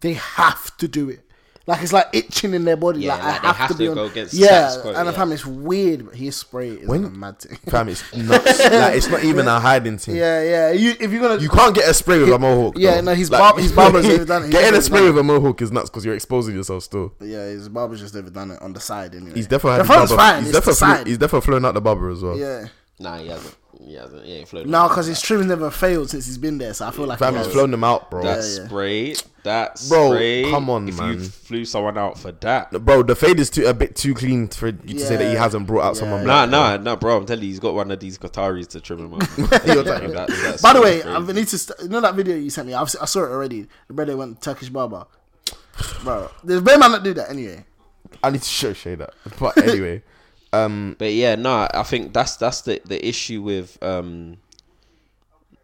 Speaker 1: they have to do it. Like it's like itching in their body.
Speaker 2: Yeah,
Speaker 1: like,
Speaker 2: like,
Speaker 1: I
Speaker 2: they
Speaker 1: have,
Speaker 2: have
Speaker 1: to, be
Speaker 2: to
Speaker 1: on.
Speaker 2: go against the
Speaker 1: yeah,
Speaker 2: status quo,
Speaker 1: and I
Speaker 2: yeah.
Speaker 1: found it's weird. But his spray is
Speaker 3: When-
Speaker 1: a mad thing.
Speaker 3: Fam, it's nuts. like it's not even a hiding thing.
Speaker 1: yeah, yeah. You if you're gonna
Speaker 3: You can't get a spray with a mohawk.
Speaker 1: Yeah,
Speaker 3: though.
Speaker 1: no, his barb- his barber's never done it. He's
Speaker 3: Getting
Speaker 1: never
Speaker 3: a spray
Speaker 1: done it.
Speaker 3: with a mohawk is nuts because you're exposing yourself still.
Speaker 1: yeah, his barber's just never done it on the side. Anyway,
Speaker 3: He's definitely had
Speaker 1: the
Speaker 3: his
Speaker 1: front's
Speaker 3: barber-
Speaker 1: fine.
Speaker 3: He's
Speaker 1: It's the
Speaker 3: definitely flew-
Speaker 1: side.
Speaker 3: he's definitely flown out the barber as well.
Speaker 1: Yeah.
Speaker 2: Nah, he hasn't. He hasn't. He ain't floating.
Speaker 1: No, because his trimming never failed since he's been there, so I feel like
Speaker 3: fam,
Speaker 1: he
Speaker 3: he's
Speaker 1: has.
Speaker 3: flown them out, bro.
Speaker 2: That
Speaker 1: yeah.
Speaker 2: spray, that
Speaker 3: Bro,
Speaker 2: spray.
Speaker 3: come on,
Speaker 2: if
Speaker 3: man.
Speaker 2: you flew someone out for that,
Speaker 3: Bro, the fade is too a bit too clean for you to say that he
Speaker 1: Yeah.
Speaker 3: hasn't brought out someone.
Speaker 1: Yeah.
Speaker 2: nah,
Speaker 3: black, bro.
Speaker 2: nah, nah, bro. I'm telling you, he's got one of these Qataris to trim him up.
Speaker 3: You're talking-
Speaker 2: That- that
Speaker 1: By the
Speaker 2: spray
Speaker 1: way,
Speaker 2: is
Speaker 1: I
Speaker 2: crazy.
Speaker 1: need to. St- you know that video you sent me? I've, si saw it already. The brother went Turkish barber. Bro, there's better man that do that anyway.
Speaker 3: I need to show Shay that. But anyway, um,
Speaker 2: But yeah, no, I think that's that's the the issue with um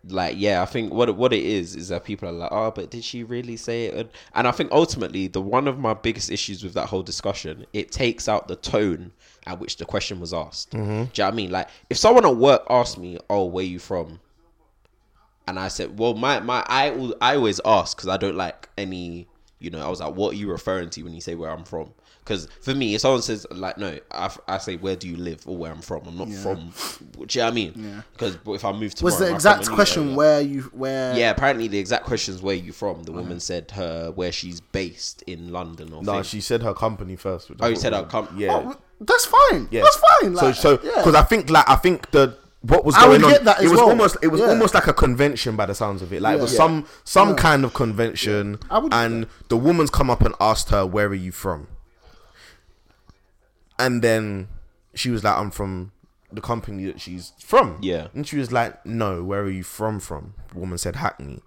Speaker 2: like yeah, I think what it- what it is is that people are like, "Oh, but did she really say it?" And, and I think ultimately the one of my biggest issues with that whole discussion, it takes out the tone at which the question was asked. Do you know what I mean? Like if someone at work asked me, "Oh, where you from?" and I said, "Well, my my I al- I always ask because I don't like any, you know." I was like, "What are you referring to when you say where I'm from?" Because for me, if someone says like, "No," I, f- I say, "Where do you live?" or "Where I'm from." I'm not from. Do you know what I mean? Because if I move to
Speaker 1: Was the exact question where you where?
Speaker 2: Yeah, apparently the exact question is where you from. The woman said her where she's based in London or.
Speaker 3: no,
Speaker 2: No,
Speaker 3: she said her company first. which I
Speaker 2: Oh, you
Speaker 3: thought
Speaker 2: said
Speaker 3: was-
Speaker 2: her com-
Speaker 3: Yeah,
Speaker 1: Oh, that's fine.
Speaker 3: Yeah.
Speaker 1: That's fine. Like,
Speaker 3: so, so
Speaker 1: yeah.
Speaker 3: because I think, like, I think the what was
Speaker 1: I would
Speaker 3: going on,
Speaker 1: get that
Speaker 3: it
Speaker 1: as
Speaker 3: was
Speaker 1: well.
Speaker 3: almost, it was
Speaker 1: Yeah.
Speaker 3: almost like a convention by the sounds of it. Like, it
Speaker 1: Yeah.
Speaker 3: was
Speaker 1: Yeah.
Speaker 3: some some kind of convention,
Speaker 1: I would get
Speaker 3: and the woman's come up and asked her, "Where are you from?" And then she was like, "I'm from." The company that she's from,
Speaker 2: Yeah.
Speaker 3: and she was like, "No, where are you from?" From the woman said Hackney.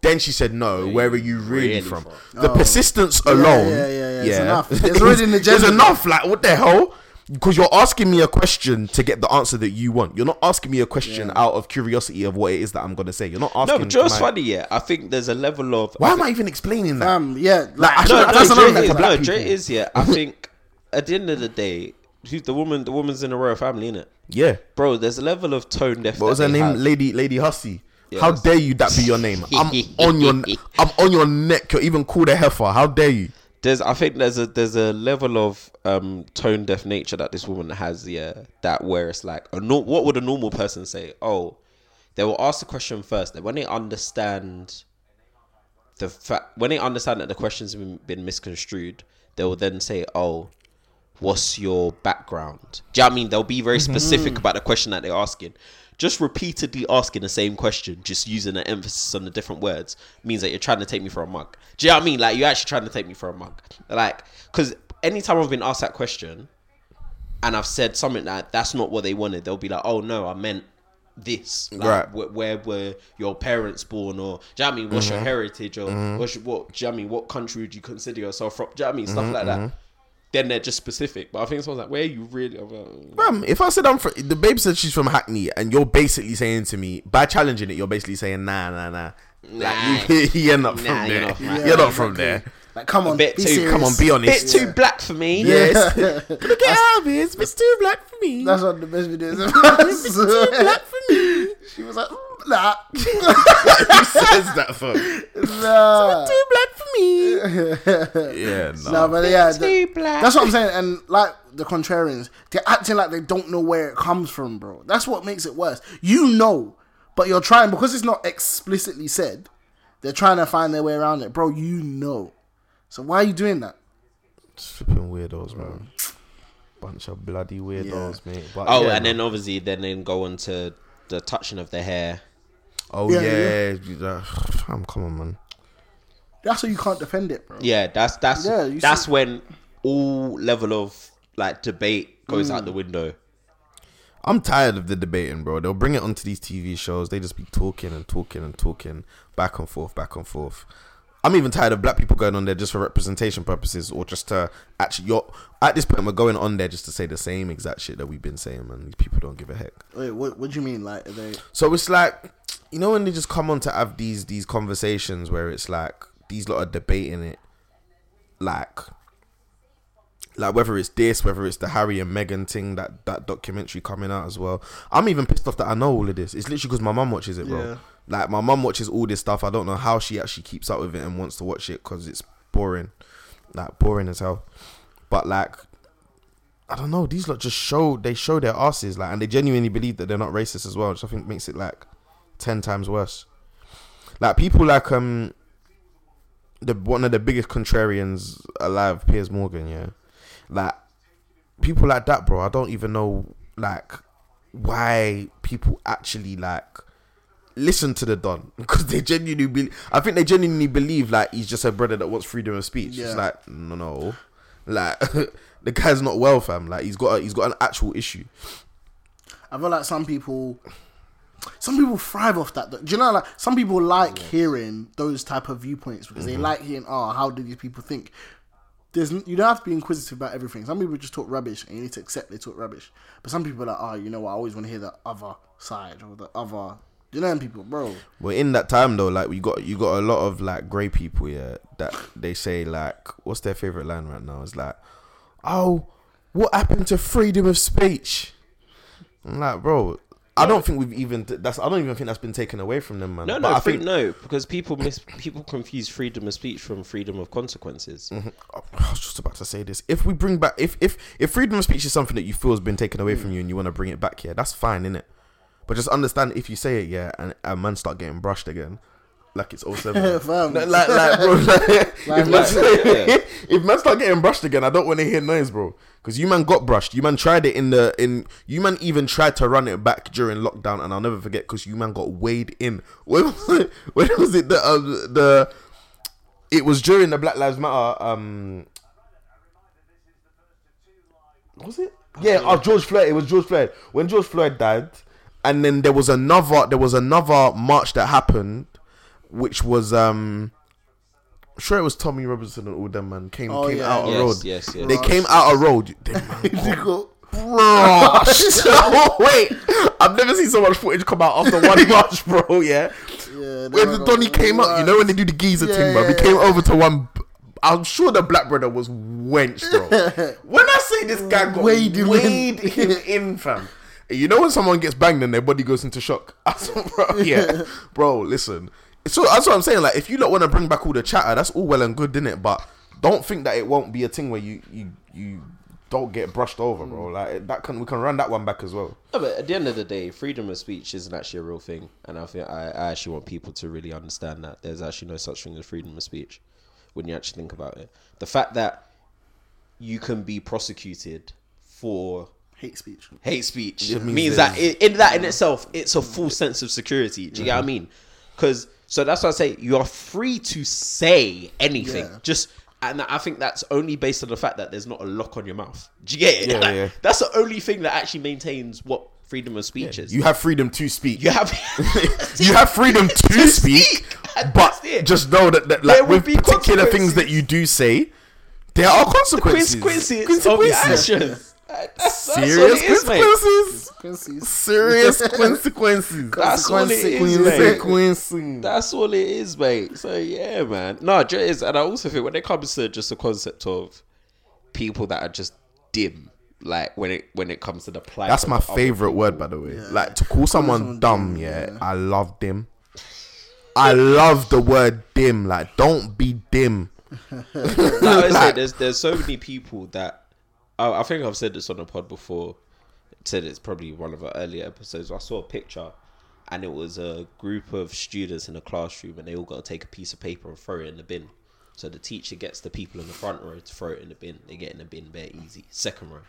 Speaker 3: Then she said, "No, where are you really,
Speaker 2: really
Speaker 3: from?"
Speaker 2: from?
Speaker 3: The persistence alone,
Speaker 1: Oh. yeah, yeah, yeah, it's enough. It's already an
Speaker 3: it's
Speaker 1: agenda.
Speaker 3: enough off, Like, what the hell? Because you're asking me a question to get the answer that you want. You're not asking me a question out of curiosity of what it is that I'm gonna say. You're not asking.
Speaker 2: no, but just
Speaker 3: my-
Speaker 2: funny. Yeah, I think there's a level of
Speaker 3: Why am I even explaining that?
Speaker 1: um, yeah, like,
Speaker 3: I
Speaker 2: no,
Speaker 3: shouldn't-
Speaker 2: no,
Speaker 3: that's
Speaker 2: Dre
Speaker 3: another thing
Speaker 2: is,
Speaker 3: for black
Speaker 2: no, Dre
Speaker 3: people.
Speaker 2: is yeah. I think at the end of the day, who's the woman? The woman's in the royal family, innit?
Speaker 3: yeah.
Speaker 2: Bro, there's a level of tone deaf.
Speaker 3: What was
Speaker 2: that
Speaker 3: her
Speaker 2: they
Speaker 3: name?
Speaker 2: have.
Speaker 3: Lady Lady Hussey.
Speaker 2: Yeah,
Speaker 3: How
Speaker 2: that's-
Speaker 3: dare you? That be your name. I'm on your. I'm on your neck. You're even called a heifer. How dare you?
Speaker 2: There's, I think there's a there's a level of um, tone deaf nature that this woman has, yeah. That where it's like, a nor what would a normal person say? Oh, they will ask the question first. Then when they understand the fact, when they understand that the question's been, been misconstrued, they will then say, oh, what's your background? Do you know what I mean? They'll be very specific about the question that they're asking. Just repeatedly asking the same question, just using an emphasis on the different words, means that you're trying to take me for a mug. Do you know what I mean? Like, you're actually trying to take me for a mug. Like, because anytime I've been asked that question and I've said something that that's not what they wanted, they'll be like, oh no, I meant this. Like,
Speaker 3: Right.
Speaker 2: wh- where were your parents born? Or, do you know what I mean? What's your heritage? Or, what's your, what, do you know what I mean? What country would you consider yourself from? Do you know what I mean? Stuff like that then they're just specific. But I think someone's like, where are you really? I'm like,
Speaker 3: Fam, if I said I'm from, the babe said she's from Hackney, and you're basically saying to me by challenging it, you're basically saying nah, nah, nah. Like, you, you're not from
Speaker 2: Nah,
Speaker 3: there.
Speaker 2: you're
Speaker 3: You're
Speaker 2: not
Speaker 3: not
Speaker 2: from
Speaker 3: from,
Speaker 2: Hackney.
Speaker 3: there.
Speaker 1: Like, come on,
Speaker 2: bit
Speaker 1: be
Speaker 2: too-
Speaker 1: serious.
Speaker 3: Come on, be honest.
Speaker 2: Bit too black for me.
Speaker 3: Yes. Can I get out of here? It's a bit too black for me.
Speaker 1: That's what the best video is about.
Speaker 3: black for me.
Speaker 1: she was like, "Mm, nah,
Speaker 3: Who says that for?
Speaker 1: nah.
Speaker 3: Too black for me. yeah, no.
Speaker 1: Nah, but yeah, the-
Speaker 2: Too black.
Speaker 1: that's what I'm saying. And like the contrarians, they're acting like they don't know where it comes from, bro. That's what makes it worse. You know, but you're trying because it's not explicitly said. They're trying to find their way around it, bro. You know, so why are you doing that?
Speaker 3: Flipping weirdos, man. Bunch of bloody weirdos, mate. But
Speaker 2: oh,
Speaker 3: yeah,
Speaker 2: and
Speaker 3: man.
Speaker 2: then obviously, then then go on to the touching of the hair.
Speaker 3: oh
Speaker 1: Yeah,
Speaker 3: yeah,
Speaker 1: yeah.
Speaker 3: yeah. fam, come on, man.
Speaker 1: That's why you can't defend it, bro.
Speaker 2: Yeah, that's that's
Speaker 1: Yeah, you
Speaker 2: that's
Speaker 1: see-
Speaker 2: when all level of like debate goes
Speaker 1: Mm.
Speaker 2: out the window.
Speaker 3: I'm tired of the debating, bro. They'll bring it onto these TV shows. They just be talking and talking and talking back and forth, back and forth. I'm even tired of black people going on there just for representation purposes or just to actually. You're, at this point, we're going on there just to say the same exact shit that we've been saying, man. These people don't give a heck.
Speaker 1: Wait, what, what do you mean? Like, are they
Speaker 3: So it's like, you know, when they just come on to have these these conversations where it's like these lot are debating it, like, like whether it's this, whether it's the Harry and Meghan thing, that that documentary coming out as well. I'm even pissed off that I know all of this. It's literally because my mum watches it, bro.
Speaker 1: Yeah.
Speaker 3: Like my mum watches all this stuff. I don't know how she actually keeps up with it and wants to watch it because it's boring, like boring as hell. But like, I don't know. These lot just show they show their asses like, and they genuinely believe that they're not racist as well, which I think makes it like ten times worse. Like people like um, the one of the biggest contrarians alive, Piers Morgan. Yeah, like people like that, bro. I don't even know like why people actually like listen to the Don because they genuinely believe. I think they genuinely believe like he's just a brother that wants freedom of speech.
Speaker 1: Yeah.
Speaker 3: It's like no, no, like the guy's not well, fam. Like he's got a, he's got an actual issue.
Speaker 1: I feel like some people, some people thrive off that. though. Do you know, like some people like hearing those type of viewpoints because
Speaker 3: Mm-hmm.
Speaker 1: they like hearing, oh, how do these people think? There's n- you don't have to be inquisitive about everything. Some people just talk rubbish, and you need to accept they talk rubbish. But some people are like, oh, you know what? I always want to hear the other side or the other. You know, them people, bro.
Speaker 3: Well, in that time though, like we got you got a lot of like grey people, yeah, that they say like, what's their favorite line right now? It's like, oh, what happened to freedom of speech? I'm like, bro, I don't think we've even that's I don't even think that's been taken away from them, man.
Speaker 2: No,
Speaker 3: But
Speaker 2: no,
Speaker 3: I
Speaker 2: free, no, because people miss people confuse freedom of speech from freedom of consequences.
Speaker 3: I was just about to say this. If we bring back, if if if freedom of speech is something that you feel has been taken away
Speaker 2: Hmm.
Speaker 3: from you and you want to bring it back here, that's fine, innit? But just understand if you say it, yeah, and a man start getting brushed again, like it's all seven.
Speaker 1: Fam.
Speaker 3: like, like, bro, like, if, man,
Speaker 2: yeah.
Speaker 3: if man start getting brushed again, I don't want to hear noise, bro. Because you man got brushed. You man tried it in the in. You man even tried to run it back during lockdown, and I'll never forget because you man got weighed in. When was it? When was it? The um, the it was during the Black Lives Matter. Um, was it? Yeah, oh, George Floyd. It was George Floyd. When George Floyd died, and then there was another. There was another march that happened, which was um. I'm sure it was Tommy Robinson and all them man came
Speaker 1: Oh,
Speaker 3: came
Speaker 1: yeah.
Speaker 3: out a
Speaker 2: Yes,
Speaker 3: road.
Speaker 2: yes, yes.
Speaker 3: They came out a road. They man
Speaker 1: They go,
Speaker 3: brushed. oh, wait, I've never seen so much footage come out after one march, bro. Yeah,
Speaker 1: Yeah, they
Speaker 3: when the
Speaker 1: were
Speaker 3: Donny
Speaker 1: like,
Speaker 3: came out, you know when they do the geezer
Speaker 1: Yeah,
Speaker 3: thing, bro.
Speaker 1: yeah,
Speaker 3: He came over to one. I'm sure the black brother was wenched, bro. when I say this guy got
Speaker 1: Weighed
Speaker 3: weighed,
Speaker 1: him in.
Speaker 3: him in, fam. You know when someone gets banged and their body goes into shock. That's what- bro, yeah, bro. Listen, so that's what I'm saying. Like, if you lot want to bring back all the chatter, that's all well and good, innit? But don't think that it won't be a thing where you you you don't get brushed over, bro.
Speaker 1: Mm.
Speaker 3: Like that can we can run that one back as well.
Speaker 2: No, but at the end of the day, freedom of speech isn't actually a real thing, and I think I, I actually want people to really understand that there's actually no such thing as freedom of speech when you actually think about it. The fact that you can be prosecuted for
Speaker 1: Hate speech.
Speaker 2: hate speech
Speaker 3: It
Speaker 2: means,
Speaker 3: means
Speaker 2: that it, in that in itself, it's a full sense of security. Do you get
Speaker 3: Uh-huh.
Speaker 2: what I mean? Because so that's why I say you are free to say anything.
Speaker 1: Yeah.
Speaker 2: Just and I think that's only based on the fact that there's not a lock on your mouth. Do you get it?
Speaker 3: Yeah,
Speaker 2: Like,
Speaker 3: yeah.
Speaker 2: That's the only thing that actually maintains what freedom of speech is.
Speaker 3: You have freedom to speak.
Speaker 2: You have
Speaker 3: you have freedom to speak,
Speaker 2: and
Speaker 3: but
Speaker 2: that's it.
Speaker 3: just know that, that
Speaker 2: There
Speaker 3: like
Speaker 2: will
Speaker 3: with
Speaker 2: be
Speaker 3: particular things
Speaker 2: consequences.
Speaker 3: that you you do say, there are consequences.
Speaker 2: consequences,
Speaker 3: Consequences.
Speaker 2: of your actions. Like, That's, that's
Speaker 3: Serious
Speaker 2: what it is, mate.
Speaker 3: consequences.
Speaker 1: Consequences.
Speaker 3: Serious consequences.
Speaker 2: That's all it is, mate.
Speaker 3: Consequences.
Speaker 2: That's all it is, mate. So yeah, man. No, it is, and I also think when it comes to just the concept of people that are just dim, like when it when it comes to the plight.
Speaker 3: That's
Speaker 2: of
Speaker 3: my
Speaker 2: other
Speaker 3: favorite word, by the way. Like to call someone dumb. Yeah, I love dim. I love the word dim. Like, don't be dim.
Speaker 2: like, I always say,
Speaker 3: Like-
Speaker 2: there's there's so many people that I, I think I've said this on the pod before. Said it's probably one of our earlier episodes. I saw a picture, and it was a group of students in a classroom, and they all got to take a piece of paper and throw it in the bin. So the teacher gets the people in the front row to throw it in the bin. They get in the bin, they're easy. Second row,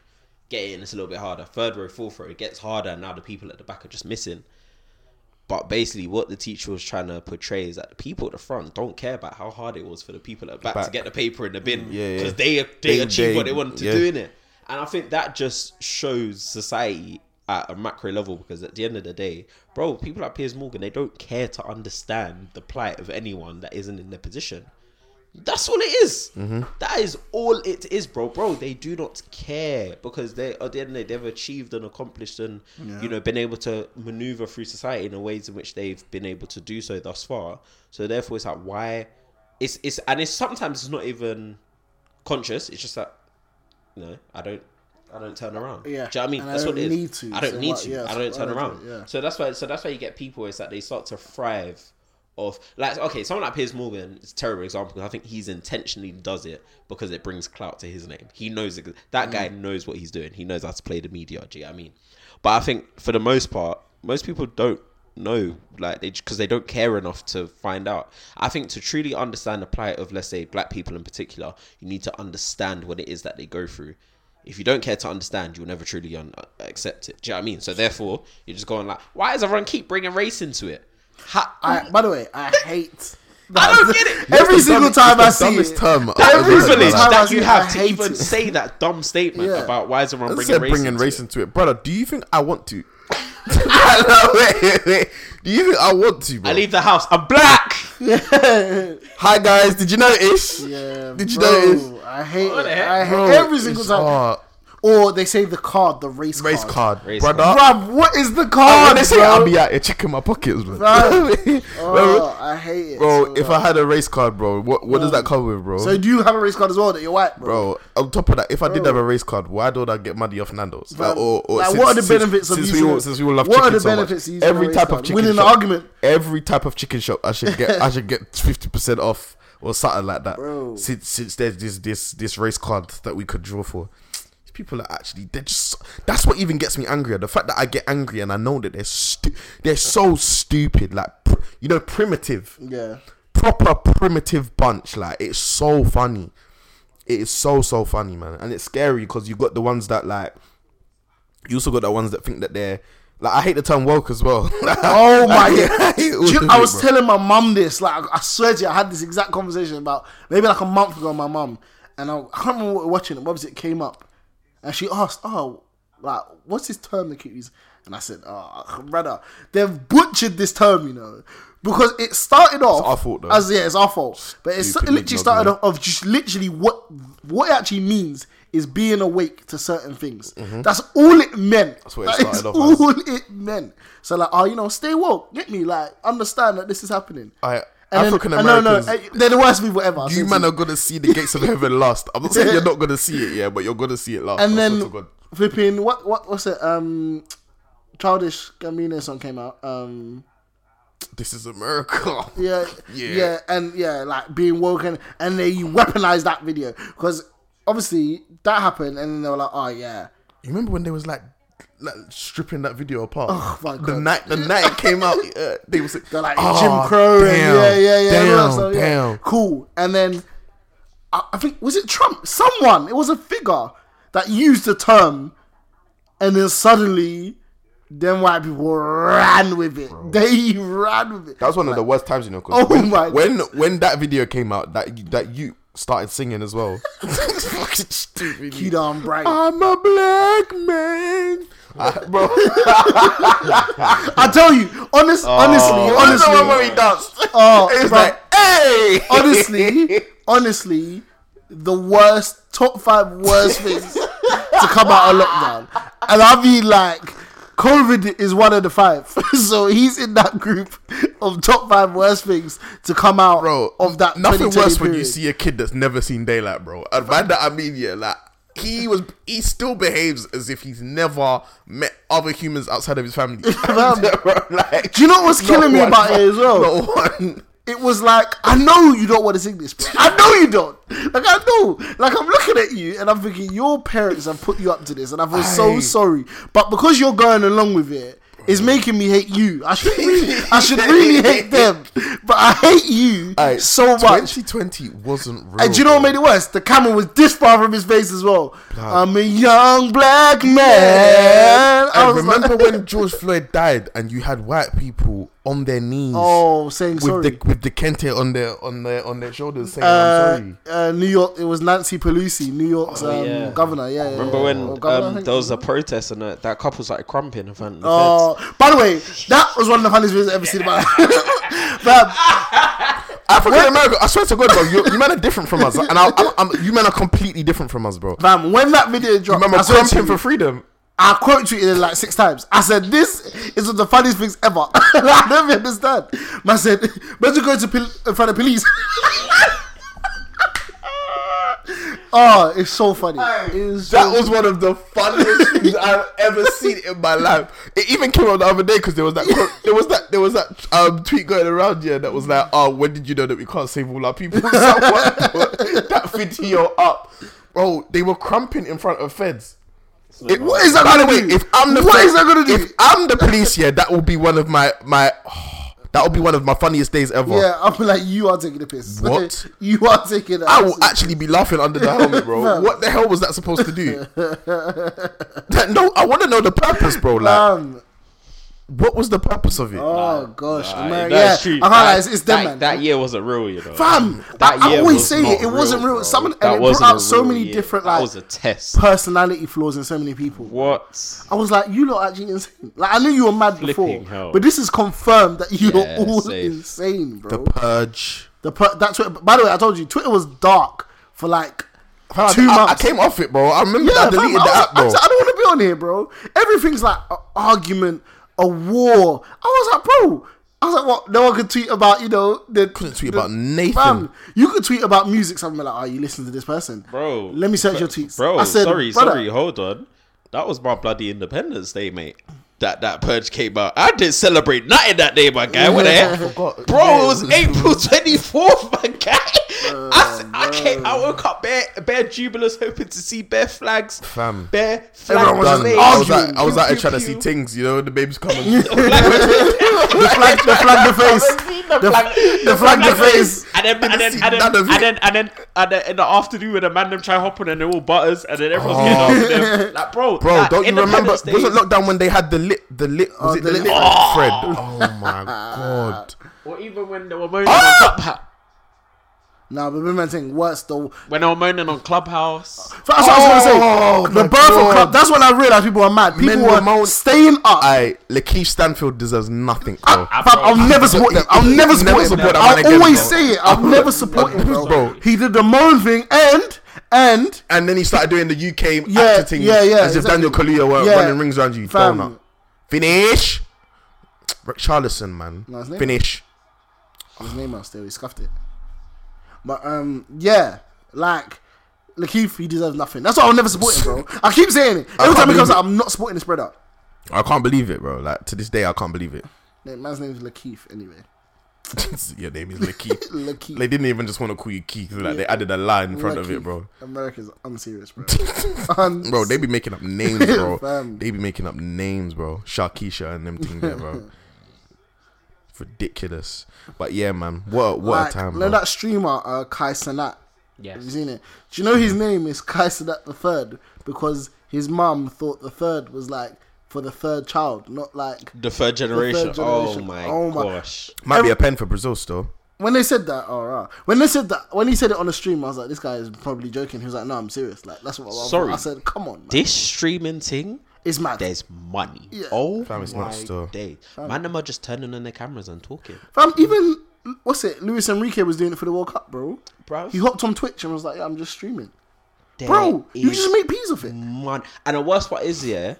Speaker 2: get in. It's a little bit harder. Third row, fourth row, it gets harder. And now the people at the back are just missing. But basically, what the teacher was trying to portray is that the people at the front don't care about how hard it was for the people at the back, to
Speaker 3: Back.
Speaker 2: get the paper in the bin because
Speaker 3: Yeah, yeah.
Speaker 2: they they,
Speaker 3: They-
Speaker 2: achieved
Speaker 3: they-
Speaker 2: what they wanted to
Speaker 3: yeah.
Speaker 2: do in it, and I think that just shows society at a macro level because at the end of the day, bro, people like Piers Morgan they don't care to understand the plight of anyone that isn't in their position. That's all it is.
Speaker 3: Mm-hmm.
Speaker 2: That is all it is, bro. Bro, they do not care because they at the end of the day they've achieved and accomplished and you know been able to maneuver through society in the ways in which they've been able to do so thus far. So therefore, it's like why it's it's and it's sometimes it's not even conscious. It's just that you know I don't. I don't turn around.
Speaker 1: Yeah.
Speaker 2: do you know what I mean?
Speaker 1: And I
Speaker 2: that's what
Speaker 1: don't
Speaker 2: it is.
Speaker 1: need to,
Speaker 2: I don't
Speaker 1: so
Speaker 2: need
Speaker 1: what-
Speaker 2: to.
Speaker 1: yeah,
Speaker 2: I
Speaker 1: so
Speaker 2: don't turn
Speaker 1: I don't-
Speaker 2: around.
Speaker 1: yeah.
Speaker 2: So that's why. So that's why you get people is that they start to thrive off like okay, someone like Piers Morgan is a terrible example. 'cause I think he's intentionally does it because it brings clout to his name. He knows it, that guy knows what he's doing. He knows how to play the media. Do you know what I mean? But I think for the most part, most people don't know like they because they don't care enough to find out. I think to truly understand the plight of let's say black people in particular, you need to understand what it is that they go through if you don't care to understand, you'll never truly un- accept it. Do you know what I mean? So therefore, you're just going like, why does everyone keep bringing race into it? Ha-
Speaker 1: I, by the way, I hate.
Speaker 2: I don't get it.
Speaker 1: Every
Speaker 3: It's the
Speaker 1: single
Speaker 3: dumbest-
Speaker 1: time
Speaker 3: it's
Speaker 1: I
Speaker 3: the
Speaker 1: see
Speaker 3: dumbest
Speaker 1: it,
Speaker 3: term I've
Speaker 2: that
Speaker 3: ever heard in my
Speaker 2: privilege
Speaker 3: life.
Speaker 2: that
Speaker 1: Otherwise,
Speaker 2: you
Speaker 1: I
Speaker 2: have to
Speaker 1: hate
Speaker 2: even
Speaker 1: it.
Speaker 2: say that dumb statement
Speaker 1: Yeah.
Speaker 2: about why is everyone
Speaker 3: I
Speaker 2: bringing
Speaker 3: said
Speaker 2: race
Speaker 3: bringing
Speaker 2: into
Speaker 3: race
Speaker 2: it?
Speaker 3: into it, brother. Do you think I want to? no, wait, wait, wait. Do you think I want to, bro?
Speaker 2: I leave the house. I'm black.
Speaker 3: Hi guys, did you notice?
Speaker 1: Yeah,
Speaker 3: Did you
Speaker 1: bro,
Speaker 3: notice?
Speaker 1: I hate
Speaker 2: What
Speaker 1: it.
Speaker 2: the heck?
Speaker 1: I hate
Speaker 3: Bro,
Speaker 1: every single
Speaker 3: it's
Speaker 1: time.
Speaker 3: hard.
Speaker 1: Or they say the card, the race card.
Speaker 3: Ah, Race card,
Speaker 2: Race
Speaker 3: brother.
Speaker 2: card.
Speaker 1: Bruv, what is the
Speaker 3: Oh,
Speaker 1: card?
Speaker 3: they say
Speaker 1: bro?
Speaker 3: I'll be out here checking my pockets, bro.
Speaker 1: Bruh.
Speaker 3: bro,
Speaker 1: Oh, I hate it.
Speaker 3: bro
Speaker 1: so
Speaker 3: if
Speaker 1: much.
Speaker 3: I had a race card, bro, what, what does that come with, bro?
Speaker 1: So do you have a race card as well that you're white, bro?
Speaker 3: bro, on top of that, if I did have a race card, why don't I get money off Nando's? Like, or, or
Speaker 1: like,
Speaker 3: since-
Speaker 1: what are the
Speaker 3: since-
Speaker 1: benefits of
Speaker 3: since
Speaker 1: using
Speaker 3: we all,
Speaker 1: it?
Speaker 3: since we all love
Speaker 1: What are
Speaker 3: chicken
Speaker 1: the
Speaker 3: so much?
Speaker 1: benefits of using
Speaker 3: Every
Speaker 1: a race
Speaker 3: type
Speaker 1: card?
Speaker 3: of chicken
Speaker 1: Winning the
Speaker 3: shop,
Speaker 1: argument.
Speaker 3: Every type of chicken shop, I should get I should get fifty percent off or something like that.
Speaker 1: Bro.
Speaker 3: Since since there's this this this race card that we could draw for. These People are actually they're just that's what even gets me angrier. The fact that I get angry and I know that they're stu- they're so stupid, like pr- you know, primitive
Speaker 1: Yeah.
Speaker 3: proper primitive bunch. Like it's so funny. It is so so funny, man, and it's scary because you got the ones that like. You also got the ones that think that they're like I hate the term woke as well.
Speaker 1: Oh my
Speaker 3: I
Speaker 1: god!
Speaker 3: hate all
Speaker 1: Do you-
Speaker 3: of
Speaker 1: I
Speaker 3: it,
Speaker 1: was
Speaker 3: bro.
Speaker 1: telling my mum this. Like I swear to you, I had this exact conversation about maybe like a month ago. with My mum and I, I can't remember what we were watching. What was it came up, and she asked, "Oh, like what's this term they keep using?" And I said, "Oh, brother, they've butchered this term, you know." Because it started off
Speaker 3: our fault, though.
Speaker 1: as yeah, it's our fault, but it's, it
Speaker 3: Stupid
Speaker 1: literally
Speaker 3: ignorant,
Speaker 1: started
Speaker 3: man.
Speaker 1: off of just literally what what it actually means is being awake to certain things. That's all it meant. That's
Speaker 3: Mm-hmm. what it started off as.
Speaker 1: all it meant. So like, oh, you know, stay woke. Get me like, understand that this is happening.
Speaker 3: I-
Speaker 1: And then-
Speaker 3: Uh, African
Speaker 1: and no, no,
Speaker 3: Americans-
Speaker 1: eh, they're the worst people ever.
Speaker 3: You
Speaker 1: seriously.
Speaker 3: man are gonna see the gates of heaven last. I'm not saying you're not gonna see it, yeah, but you're gonna see it last. Oh, I
Speaker 1: and
Speaker 3: swear
Speaker 1: then
Speaker 3: to God.
Speaker 1: flipping what what what's it? Um, Childish Gambino song came out. Um,
Speaker 3: This is America.
Speaker 1: yeah,
Speaker 3: Yeah.
Speaker 1: yeah, and yeah, like being woken, and they weaponized that video because obviously that happened, and then they were like, oh yeah,
Speaker 3: You remember when they was like, like stripping that video apart?
Speaker 1: Oh, my
Speaker 3: The
Speaker 1: God.
Speaker 3: night the night it came out, uh, they was like,
Speaker 1: They're like
Speaker 3: "Oh,
Speaker 1: Jim Crow and
Speaker 3: damn,
Speaker 1: yeah, yeah, yeah. and all
Speaker 3: Damn,
Speaker 1: that stuff, yeah.
Speaker 3: damn.
Speaker 1: Cool. And then I, I think was it Trump? Someone. It was a figure that used the term, and then suddenly, them white people ran with it. They ran with it.
Speaker 3: That was one of the worst times, you know. 'cause
Speaker 1: Oh
Speaker 3: when,
Speaker 1: my-
Speaker 3: When when that video came out, that that you started singing as well. Fucking stupid.
Speaker 1: Key down bright.
Speaker 3: I'm a black man, I, bro.
Speaker 1: I tell you, honest, honestly,
Speaker 3: Honestly, the one
Speaker 1: honestly,
Speaker 3: where he danced.
Speaker 1: Oh,
Speaker 3: it was
Speaker 1: bro.
Speaker 3: like, hey,
Speaker 1: honestly, honestly, the worst top five worst things to come out of lockdown. And I mean, like, COVID is one of the five, so he's in that group of top five worst things to come out
Speaker 3: bro.
Speaker 1: of that.
Speaker 3: nothing
Speaker 1: 2020
Speaker 3: worse when you
Speaker 1: period.
Speaker 3: see a kid that's never seen daylight, bro. And by that I mean, yeah, like he was, he still behaves as if he's never met other humans outside of his family. Bro, like,
Speaker 1: Do you know what's
Speaker 3: not
Speaker 1: killing me
Speaker 3: one,
Speaker 1: about it as well?
Speaker 3: Not one.
Speaker 1: it was like I know you don't want to sing this, bro. I know you don't. Like I know. Like I'm looking at you and I'm thinking your parents have put you up to this, and I feel so
Speaker 3: Aye.
Speaker 1: sorry. But because you're going along with it, it's making me hate you. I should really, I should really hate them, but I hate you
Speaker 3: Aye,
Speaker 1: so much.
Speaker 3: 2020 wasn't real.
Speaker 1: And do you know what
Speaker 3: bro.
Speaker 1: made it worse? The camera was this far from his face as well. I'm a young black man. I
Speaker 3: And
Speaker 1: was
Speaker 3: remember
Speaker 1: like,
Speaker 3: when George Floyd died, and you had white people on their knees
Speaker 1: oh, saying
Speaker 3: with
Speaker 1: sorry.
Speaker 3: the with the kente on their on their on their shoulders, saying, "I'm
Speaker 1: uh,
Speaker 3: sorry."
Speaker 1: uh, New York. It was Nancy Pelosi, New York's um,
Speaker 2: Oh, yeah.
Speaker 1: governor. Yeah, yeah,
Speaker 2: Remember
Speaker 1: yeah.
Speaker 2: when
Speaker 1: Or governor, Oh, I
Speaker 2: um,
Speaker 1: think.
Speaker 2: there was a protest and uh, that, that couple started crumping in front of the
Speaker 1: Oh,
Speaker 2: fence?
Speaker 1: by the way, that was one of the funniest videos I've ever seen. About, but
Speaker 3: African America, I swear to God, bro, you, you men are different from us, and I, I'm, I'm, you men are completely different from us, bro.
Speaker 1: fam, when that video dropped,
Speaker 3: Remember
Speaker 1: I, swear to
Speaker 3: crumping
Speaker 1: you,
Speaker 3: for freedom?
Speaker 1: I quote tweeted it like six times. I said, "This is one of the funniest things ever." I never understand. Man said, "Imagine going to pol- in front of police." oh, it's so funny. It is so
Speaker 3: That was one of the funniest things I've ever seen in my life. It even came out the other day because there was that quote, there was that there was that um, tweet going around yeah that was like, "Oh, when did you know that we can't save all our people?" Someone put that video up, bro. They were crumping in front of feds. It-
Speaker 1: What is that
Speaker 3: by the
Speaker 1: gonna
Speaker 3: way,
Speaker 1: do?
Speaker 3: If I'm the
Speaker 1: What
Speaker 3: fed-
Speaker 1: is that gonna do?
Speaker 3: If I'm the police, yeah, that will be one of my my. that will be one of my funniest days ever.
Speaker 1: Yeah, I'll be like, you are taking the piss.
Speaker 3: What?
Speaker 1: you are taking the
Speaker 3: I will actually be laughing under the helmet, bro.
Speaker 1: Fam.
Speaker 3: what the hell was that supposed to do? That- no, I want to know the purpose, bro. Like,
Speaker 1: Um,
Speaker 3: what was the purpose of it?
Speaker 1: oh gosh,
Speaker 2: Nah,
Speaker 1: Ameri-
Speaker 2: that's
Speaker 1: yeah,
Speaker 2: true.
Speaker 1: I can't lie,
Speaker 2: That-
Speaker 1: it's, it's them,
Speaker 2: that,
Speaker 1: man.
Speaker 2: That year wasn't real, you know.
Speaker 1: Fam,
Speaker 2: that
Speaker 1: I, I
Speaker 2: year
Speaker 1: always
Speaker 2: was
Speaker 1: say
Speaker 2: not
Speaker 1: it, it wasn't real.
Speaker 2: bro.
Speaker 1: Some and
Speaker 2: That
Speaker 1: it brought
Speaker 2: wasn't a
Speaker 1: out so
Speaker 2: real
Speaker 1: many
Speaker 2: year.
Speaker 1: different
Speaker 2: That
Speaker 1: like
Speaker 2: was a test.
Speaker 1: personality flaws in so many people.
Speaker 2: What?
Speaker 1: I was like, you lot actually insane. Like I knew you were mad
Speaker 2: Flipping
Speaker 1: before,
Speaker 2: hell.
Speaker 1: but this is confirmed that you are
Speaker 2: Yeah,
Speaker 1: all
Speaker 2: safe.
Speaker 1: insane, bro.
Speaker 3: The
Speaker 1: The,
Speaker 3: purge.
Speaker 1: per- that Twitter, by the way, I told you, Twitter was dark for like
Speaker 3: Fam,
Speaker 1: two
Speaker 3: I,
Speaker 1: months.
Speaker 3: I came off it, bro. I remember I
Speaker 1: fam,
Speaker 3: deleted
Speaker 1: I was-
Speaker 3: the app, bro.
Speaker 1: I, was like, I don't want to be on here, bro. Everything's like an argument, a war. I was like, bro. I was like, what? No one could tweet about, you know, the
Speaker 3: Couldn't tweet
Speaker 1: the-
Speaker 3: about Nathan.
Speaker 1: Fam, you could tweet about music. Something like, oh, you listen to this person,
Speaker 2: Bro.
Speaker 1: Let me search your tweets,
Speaker 2: Bro,
Speaker 1: I said,
Speaker 2: sorry,
Speaker 1: brother,
Speaker 2: sorry, hold on. That was my bloody Independence Day, mate. That that purge came out. I didn't celebrate nothing that day, my guy. What the
Speaker 1: Yeah, I
Speaker 2: heck? Bro,
Speaker 3: forgot.
Speaker 2: it was April 24th, my guy. I, s- I came, I woke up bare, bare jubilous, hoping to see bare flags.
Speaker 3: Fam.
Speaker 2: Bare
Speaker 3: Everyone
Speaker 2: flags.
Speaker 3: was
Speaker 1: Done.
Speaker 2: waved.
Speaker 3: I was like,
Speaker 1: arguing.
Speaker 3: I was out
Speaker 2: Pew,
Speaker 3: there trying to
Speaker 2: pew,
Speaker 3: see
Speaker 2: pew.
Speaker 3: things, you know, the baby's coming.
Speaker 1: the flag, the flag, the face, the flag, the flag, the face.
Speaker 2: And then, and then,
Speaker 3: see
Speaker 2: and then,
Speaker 3: none
Speaker 2: and
Speaker 3: of
Speaker 2: then,
Speaker 3: it.
Speaker 2: and then, and then, in the afternoon when the man them try hopping and they're all butters and then everyone's
Speaker 1: Oh.
Speaker 2: getting off them. Like, bro,
Speaker 3: Bro,
Speaker 2: that
Speaker 3: don't you remember?
Speaker 2: Independence Day-
Speaker 3: Wasn't lockdown when they had the lit, the lit, was it the,
Speaker 1: Oh, the
Speaker 3: lit,
Speaker 1: lit-
Speaker 3: thread? Oh my god!
Speaker 2: Or even when they were moaning
Speaker 1: Ah!
Speaker 2: on Clubhouse.
Speaker 1: Nah, but remember thing, worse though.
Speaker 2: When they were moaning on Clubhouse.
Speaker 1: That's what I
Speaker 3: Oh,
Speaker 1: was gonna say.
Speaker 3: my
Speaker 1: The birth
Speaker 3: God.
Speaker 1: of club. That's when I realized people were mad. People
Speaker 3: Men were
Speaker 1: were
Speaker 3: moan-
Speaker 1: staying up.
Speaker 3: I Lakeith Stanfield deserves nothing, Ah, bro.
Speaker 2: I-
Speaker 1: Fam, I'll never support him. I'll never support
Speaker 3: Never
Speaker 1: him.
Speaker 3: support that man
Speaker 1: I'll
Speaker 3: again,
Speaker 1: always
Speaker 3: bro.
Speaker 1: say it. I'll never support him, bro.
Speaker 3: Bro.
Speaker 1: He did the moan thing and and
Speaker 3: and then he started doing the UK
Speaker 1: Yeah,
Speaker 3: acting
Speaker 1: yeah, yeah,
Speaker 3: as if
Speaker 1: exactly.
Speaker 3: Daniel Kaluuya were
Speaker 1: Yeah.
Speaker 3: running rings around you.
Speaker 1: Fam.
Speaker 3: Donut. Finish. Richarlison, man.
Speaker 1: Nice name.
Speaker 3: Finish.
Speaker 1: his name out still. He scuffed it. But um, yeah, like. Lakeith, he deserves nothing. That's why I'll never support him, bro. I keep saying it. Every
Speaker 3: can't
Speaker 1: time he
Speaker 3: believe
Speaker 1: comes
Speaker 3: it.
Speaker 1: out, I'm not supporting this spread up.
Speaker 3: I can't believe it, bro. Like to this day, I can't believe it.
Speaker 1: Na- Man's name is Lakeith, anyway.
Speaker 3: Your name is Lakeith.
Speaker 1: Lakeith.
Speaker 3: They didn't even just want to call you Keith. Like they
Speaker 1: Yeah.
Speaker 3: added a line in front of it,
Speaker 1: Lakeith.
Speaker 3: bro.
Speaker 1: America's unserious, bro.
Speaker 3: Bro, they be making up names, bro.
Speaker 1: Fam.
Speaker 3: They be making up names, bro. Sharkeisha and them thing there, bro. Ridiculous. But yeah, man. What what
Speaker 1: Like,
Speaker 3: a time,
Speaker 1: No,
Speaker 3: bro.
Speaker 1: that streamer, uh, Kai Sanat. Have you
Speaker 2: Yes.
Speaker 1: seen it? Do you know his name is Kai Sanat the Third because his mum thought the third was like for the third child, not like
Speaker 2: The third generation.
Speaker 1: generation.
Speaker 2: Oh my
Speaker 1: Oh my-
Speaker 2: gosh.
Speaker 3: Might be a pen for Brazil still.
Speaker 1: when they said that. Oh, right. when they said that, when he said it on the stream, I was like, this guy is probably joking. He was like, no, I'm serious. Like that's what I,
Speaker 2: Sorry.
Speaker 1: I said. Come on, man.
Speaker 2: This streaming thing,
Speaker 1: it's mad.
Speaker 2: there's money. Oh
Speaker 3: Fam, it's
Speaker 2: my
Speaker 3: not still.
Speaker 2: days. Man, them are just turning on their cameras and talking.
Speaker 1: Fam, even what's it? Luis Enrique was doing it for the World Cup, bro.
Speaker 2: Bruv.
Speaker 1: he hopped on Twitch and was like, yeah, I'm just streaming.
Speaker 2: There
Speaker 1: Bro, you
Speaker 2: is
Speaker 1: just make peas of it.
Speaker 2: Mon- and the worst part is, yeah,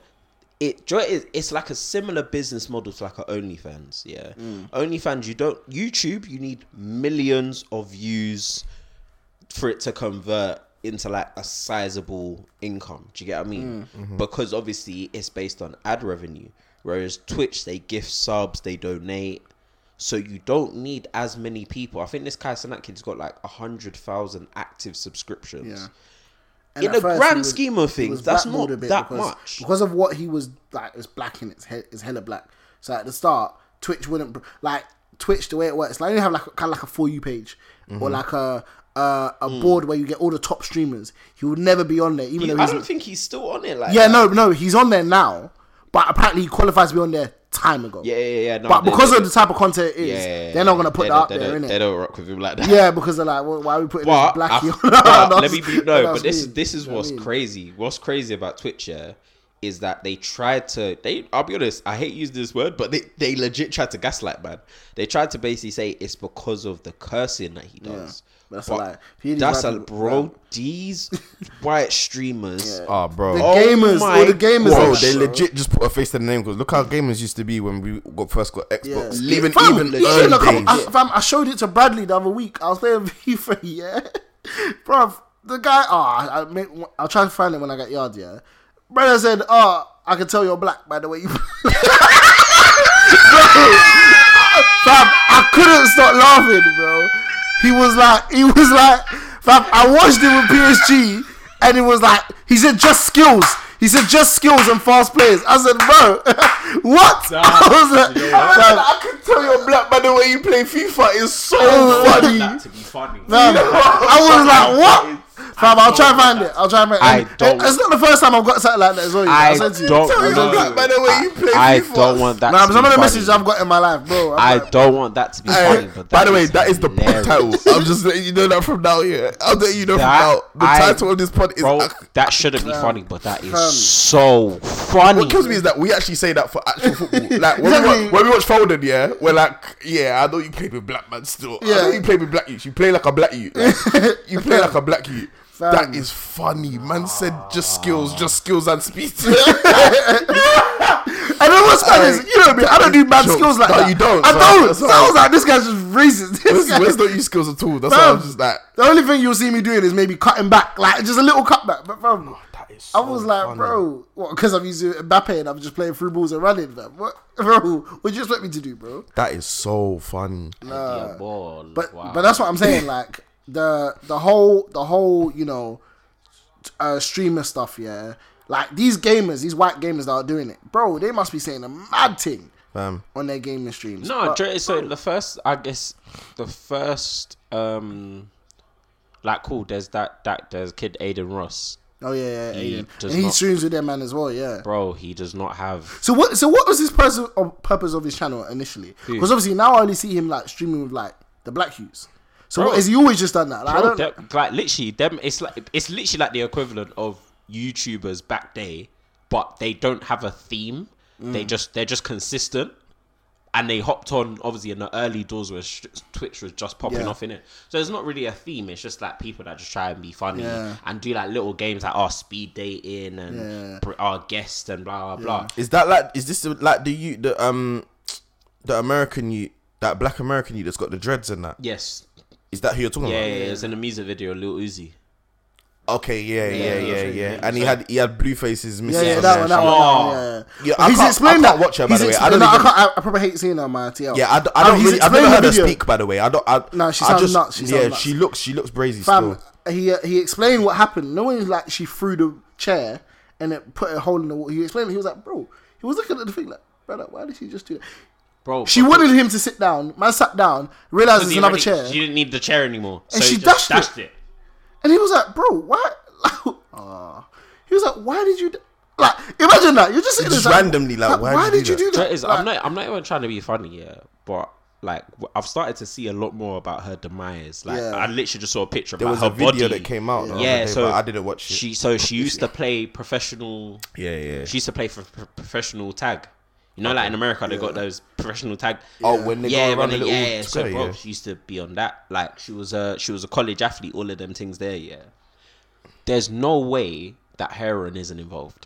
Speaker 2: it do you know what it is? it's like a similar business model to like a OnlyFans. Yeah,
Speaker 1: Mm.
Speaker 2: OnlyFans, you don't YouTube, you need millions of views for it to convert into like a sizable income. Do you get what I mean?
Speaker 1: Mm.
Speaker 2: Because obviously it's based on ad revenue, whereas Twitch they gift subs, they donate. So you don't need as many people. I think this Kai Sanakin's got like a hundred thousand active subscriptions
Speaker 1: Yeah.
Speaker 2: in the
Speaker 1: at first
Speaker 2: grand
Speaker 1: he was-
Speaker 2: scheme of
Speaker 1: he was
Speaker 2: things, that's
Speaker 1: blackballed
Speaker 2: not
Speaker 1: a bit
Speaker 2: that
Speaker 1: because,
Speaker 2: much.
Speaker 1: Because of what he was like, it's black in its head, it's hella black. So at the start, Twitch wouldn't br- like Twitch the way it works. Like you have like kind of like a for you page
Speaker 2: Mm-hmm.
Speaker 1: or like a uh, a
Speaker 2: Mm.
Speaker 1: board where you get all the top streamers. He would never be on there, even
Speaker 2: I
Speaker 1: though he's
Speaker 2: don't think he's still on it. Like
Speaker 1: yeah,
Speaker 2: that.
Speaker 1: no, no, he's on there now, but apparently he qualifies to be on there time ago.
Speaker 2: yeah, yeah, yeah. No,
Speaker 1: but
Speaker 2: they-
Speaker 1: because
Speaker 2: they-
Speaker 1: of the type of content it is,
Speaker 2: yeah, yeah, yeah,
Speaker 1: they're not gonna put
Speaker 2: they
Speaker 1: that
Speaker 2: don't-
Speaker 1: up
Speaker 2: they
Speaker 1: there,
Speaker 2: don't- They
Speaker 1: innit?
Speaker 2: don't rock with him like that.
Speaker 1: Yeah, because they're like, well, why are we putting
Speaker 2: But,
Speaker 1: this
Speaker 2: I-
Speaker 1: blackie on?
Speaker 2: but
Speaker 1: on
Speaker 2: let
Speaker 1: us-
Speaker 2: me be
Speaker 1: on
Speaker 2: no.
Speaker 1: our
Speaker 2: But this is
Speaker 1: screen?
Speaker 2: this is
Speaker 1: You know what I
Speaker 2: what's
Speaker 1: mean?
Speaker 2: crazy. What's crazy about Twitch, yeah, is that they tried to. They, I'll be honest. I hate using this word, but they, they legit tried to gaslight, man. They tried to basically say it's because of the cursing that he does.
Speaker 1: that's a lie. If you
Speaker 2: That's
Speaker 1: rap-
Speaker 2: a bro. These white streamers.
Speaker 3: Ah, bro.
Speaker 1: The
Speaker 3: Oh
Speaker 1: gamers,
Speaker 2: my
Speaker 1: all the gamers.
Speaker 3: Whoa,
Speaker 1: are
Speaker 3: they
Speaker 1: shit.
Speaker 3: legit just put a face to the name because look how gamers used to be when we got first got Xbox.
Speaker 1: Yeah.
Speaker 3: Even
Speaker 1: Fam,
Speaker 3: even
Speaker 1: you should
Speaker 3: early
Speaker 1: look up-
Speaker 3: days.
Speaker 1: I, fam, I showed it to Bradley the other week. I was playing FIFA, yeah, bruv. The guy, ah, I, make- I'll try and find it when I get yard. Yeah, brother said, ah, I can tell you're black by the way you. Bro, fam, I couldn't stop laughing, bro. He was like, he was like, fam. I watched it with PSG, and it was like, he said just skills. He said just skills and fast plays. I said, bro, what? I was like, fam,
Speaker 3: I can tell you're black by the way you play FIFA is so
Speaker 1: funny.
Speaker 4: to be funny.
Speaker 1: Fam, I was like, what? Fam, I'll try and
Speaker 4: don't
Speaker 1: find it. I'll try and find it.
Speaker 2: I
Speaker 1: And
Speaker 2: don't-
Speaker 1: It's not the first time I've got something like that as well. you know.
Speaker 2: I
Speaker 1: I'll send to you.
Speaker 2: don't
Speaker 1: Tell you,
Speaker 2: know.
Speaker 1: bro.
Speaker 3: black by the way you play
Speaker 2: I
Speaker 3: FIFA.
Speaker 2: don't want that.
Speaker 1: Nah,
Speaker 2: to
Speaker 1: but some
Speaker 2: be
Speaker 1: of the
Speaker 2: funny.
Speaker 1: messages I've got in my life, bro. I'm
Speaker 2: I
Speaker 1: like,
Speaker 2: don't want that to be funny. But
Speaker 3: by the way,
Speaker 2: is
Speaker 3: that is the pod
Speaker 2: hilarious.
Speaker 3: title. I'm just letting you know that from now. Yeah, I'm letting you know
Speaker 2: That-
Speaker 3: from now. The
Speaker 2: I-
Speaker 3: title of this pod is.
Speaker 2: Bro, that shouldn't be funny, but that is so funny.
Speaker 3: What kills me is that we actually say that for actual football. Like when, we,
Speaker 1: Exactly.
Speaker 3: watch, when we watch Foden, yeah, we're like, yeah, I know you played with black man still. I know
Speaker 1: Yeah.
Speaker 3: you played with black youth. You play like a black youth. Like, you play like a black youth.
Speaker 1: Fam.
Speaker 3: That is funny. Man said just skills, just skills and speed.
Speaker 1: And then what's funny is, you know me, I don't do mad
Speaker 3: Jokes.
Speaker 1: skills like
Speaker 3: No,
Speaker 1: that.
Speaker 3: you don't,
Speaker 1: I
Speaker 3: so
Speaker 1: don't.
Speaker 3: that's
Speaker 1: So
Speaker 3: why-
Speaker 1: I was like, this guy's just racist. This
Speaker 3: Where's
Speaker 1: guy-
Speaker 3: where's not you skills at all? That's why I'm
Speaker 1: Fam.
Speaker 3: just like.
Speaker 1: The only thing you'll see me doing is maybe cutting back, like just a little cutback. But fam,
Speaker 3: Oh,
Speaker 1: I was like, bro, what? Because I'm using Mbappe and I'm just playing through balls and running. Fam. What, bro? What do you expect me to do, bro?
Speaker 3: That is so funny.
Speaker 2: Yeah, ball.
Speaker 1: But
Speaker 2: Wow.
Speaker 1: but that's what I'm saying. Like the the whole the whole you know uh, streamer stuff. Yeah, like these gamers, these white gamers that are doing it, bro. They must be saying a mad thing
Speaker 3: Fam.
Speaker 1: on their gaming streams.
Speaker 2: no, Dre, so the first, I guess, the first, um, like, cool. There's that that there's kid Aiden Ross,
Speaker 1: Oh yeah, yeah,
Speaker 2: He
Speaker 1: Aiden.
Speaker 2: does
Speaker 1: and he
Speaker 2: not-
Speaker 1: streams with their man as well. Yeah.
Speaker 2: bro. He does not have.
Speaker 1: So what? So what was his purpose of, purpose of his channel initially? Because obviously now I only see him like streaming with like the black hues. So what, has he always just done that? Like, I
Speaker 2: Bro,
Speaker 1: don't.
Speaker 2: them- like literally, them. It's like it's literally like the equivalent of YouTubers back day, but they don't have a theme.
Speaker 1: Mm.
Speaker 2: They just they're just consistent. and they hopped on obviously in the early doors where sh- Twitch was just popping
Speaker 1: Yeah.
Speaker 2: off in it. So it's not really a theme. It's just like people that just try and be funny
Speaker 1: Yeah.
Speaker 2: and do like little games like our speed dating
Speaker 1: Yeah.
Speaker 2: and br our guest and blah blah blah.
Speaker 3: Is that like? Is this the- like the you the um the American you that black American you that's got the dreads and that?
Speaker 2: Yes,
Speaker 3: Is that who you're talking
Speaker 2: yeah, yeah,
Speaker 3: about?
Speaker 2: yeah. it's in the music video Lil Uzi.
Speaker 3: Okay, yeah, yeah,
Speaker 2: yeah,
Speaker 3: yeah,
Speaker 2: yeah,
Speaker 3: yeah.
Speaker 2: yeah.
Speaker 3: And he had he had blue faces
Speaker 1: Yeah,
Speaker 3: missing.
Speaker 1: yeah,
Speaker 3: from
Speaker 1: that
Speaker 3: there.
Speaker 1: one, that one, that one, yeah.
Speaker 3: Yeah,
Speaker 1: But
Speaker 3: I
Speaker 1: he's
Speaker 3: can't- I
Speaker 1: explained
Speaker 3: can't
Speaker 1: that.
Speaker 3: watch her, by
Speaker 1: He's
Speaker 3: the way. I
Speaker 1: expla-
Speaker 3: don't
Speaker 1: no,
Speaker 3: even-
Speaker 1: I, can't, I, I probably hate seeing her on my TL.
Speaker 3: Yeah, I, d- I
Speaker 1: Um,
Speaker 3: don't
Speaker 1: he's explained
Speaker 3: really, I've never
Speaker 1: the
Speaker 3: heard her
Speaker 1: video.
Speaker 3: speak. By the way, I don't. I,
Speaker 1: No, she
Speaker 3: I
Speaker 1: sounds
Speaker 3: just,
Speaker 1: nuts, she sounds
Speaker 3: yeah,
Speaker 1: nuts.
Speaker 3: she looks. She looks brazy
Speaker 1: Fam,
Speaker 3: still.
Speaker 1: he uh, he explained what happened. No one like she threw the chair and it put a hole in the wall. He explained. He was like, bro. He was looking at the thing like, brother, why did she just do that?
Speaker 2: bro.
Speaker 1: She wanted him to sit down. Man sat down, realized there's another chair,
Speaker 2: She didn't need the chair anymore, so
Speaker 1: And she
Speaker 2: he just
Speaker 1: dashed
Speaker 2: dashed
Speaker 1: it.
Speaker 2: it.
Speaker 1: and he was like, bro, why? Aw. he was like, why did you? Do-? Like, imagine that. You're just sitting
Speaker 3: Just
Speaker 1: there, like,
Speaker 3: randomly, like, why
Speaker 1: did you do that?
Speaker 2: That is,
Speaker 1: Like,
Speaker 2: I'm not. I'm not even trying to be funny, yeah. But like, w- I've started to see a lot more about her demise. Like,
Speaker 1: Yeah.
Speaker 2: I literally just saw a picture
Speaker 3: There
Speaker 2: about
Speaker 3: was
Speaker 2: her
Speaker 3: a video
Speaker 2: body.
Speaker 3: that came out. the other
Speaker 2: Yeah,
Speaker 3: day,
Speaker 2: so
Speaker 3: but I didn't watch it.
Speaker 2: She so she used to play professional.
Speaker 3: Yeah, yeah.
Speaker 2: She used to play for pro- professional tag. You know, like in America, they got those professional tag.
Speaker 3: Oh, when they go
Speaker 2: yeah,
Speaker 3: around
Speaker 2: when
Speaker 3: the
Speaker 2: they-
Speaker 3: little
Speaker 2: yeah. So,
Speaker 3: square,
Speaker 2: bro,
Speaker 3: yeah.
Speaker 2: she used to be on that. Like, she was a she was a college athlete. All of them things there, yeah. There's no way that heroin isn't involved.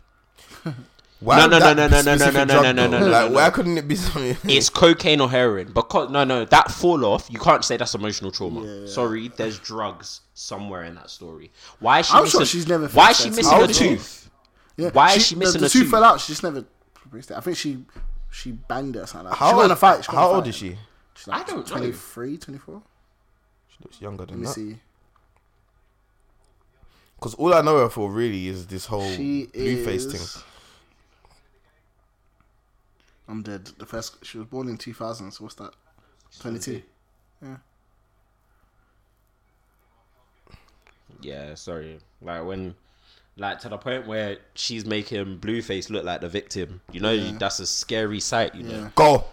Speaker 3: Why
Speaker 2: No,
Speaker 3: would
Speaker 2: no,
Speaker 3: that
Speaker 2: no, no, no, no, no,
Speaker 3: specific
Speaker 2: no, no,
Speaker 3: drug
Speaker 2: no, no,
Speaker 3: though?
Speaker 2: no, no,
Speaker 3: Like,
Speaker 2: no.
Speaker 3: why couldn't it be something?
Speaker 2: it's cocaine or heroin because no no that fall off you can't say that's emotional trauma sorry there's drugs somewhere in that story why is she
Speaker 1: I'm
Speaker 2: missing,
Speaker 1: sure she's never
Speaker 2: why is
Speaker 1: fixed
Speaker 2: she
Speaker 1: that.
Speaker 2: missing
Speaker 1: How
Speaker 2: a
Speaker 1: old is she?
Speaker 2: tooth
Speaker 1: Yeah,
Speaker 2: Why is she missing
Speaker 1: the,
Speaker 2: a
Speaker 1: the tooth?
Speaker 2: tooth?
Speaker 1: Fell out. She just never. released it. I think she she banged her or something. Like that. She
Speaker 3: How
Speaker 1: got in
Speaker 3: old-
Speaker 1: a fight. got in a
Speaker 3: How old
Speaker 1: fight.
Speaker 3: is she?
Speaker 1: She's like
Speaker 2: I don't know.
Speaker 1: 23, 24?
Speaker 3: She looks younger
Speaker 1: Let
Speaker 3: than
Speaker 1: me
Speaker 3: that.
Speaker 1: see.
Speaker 3: Because all I know her for really is this whole
Speaker 1: She
Speaker 3: blue face
Speaker 1: is-
Speaker 3: thing.
Speaker 1: I'm dead. The first she was born in 2000. So what's that? 22.
Speaker 2: yeah sorry like when like to the point where she's making blueface look like the victim you know that's a scary sight you know
Speaker 1: Yeah.
Speaker 3: Go.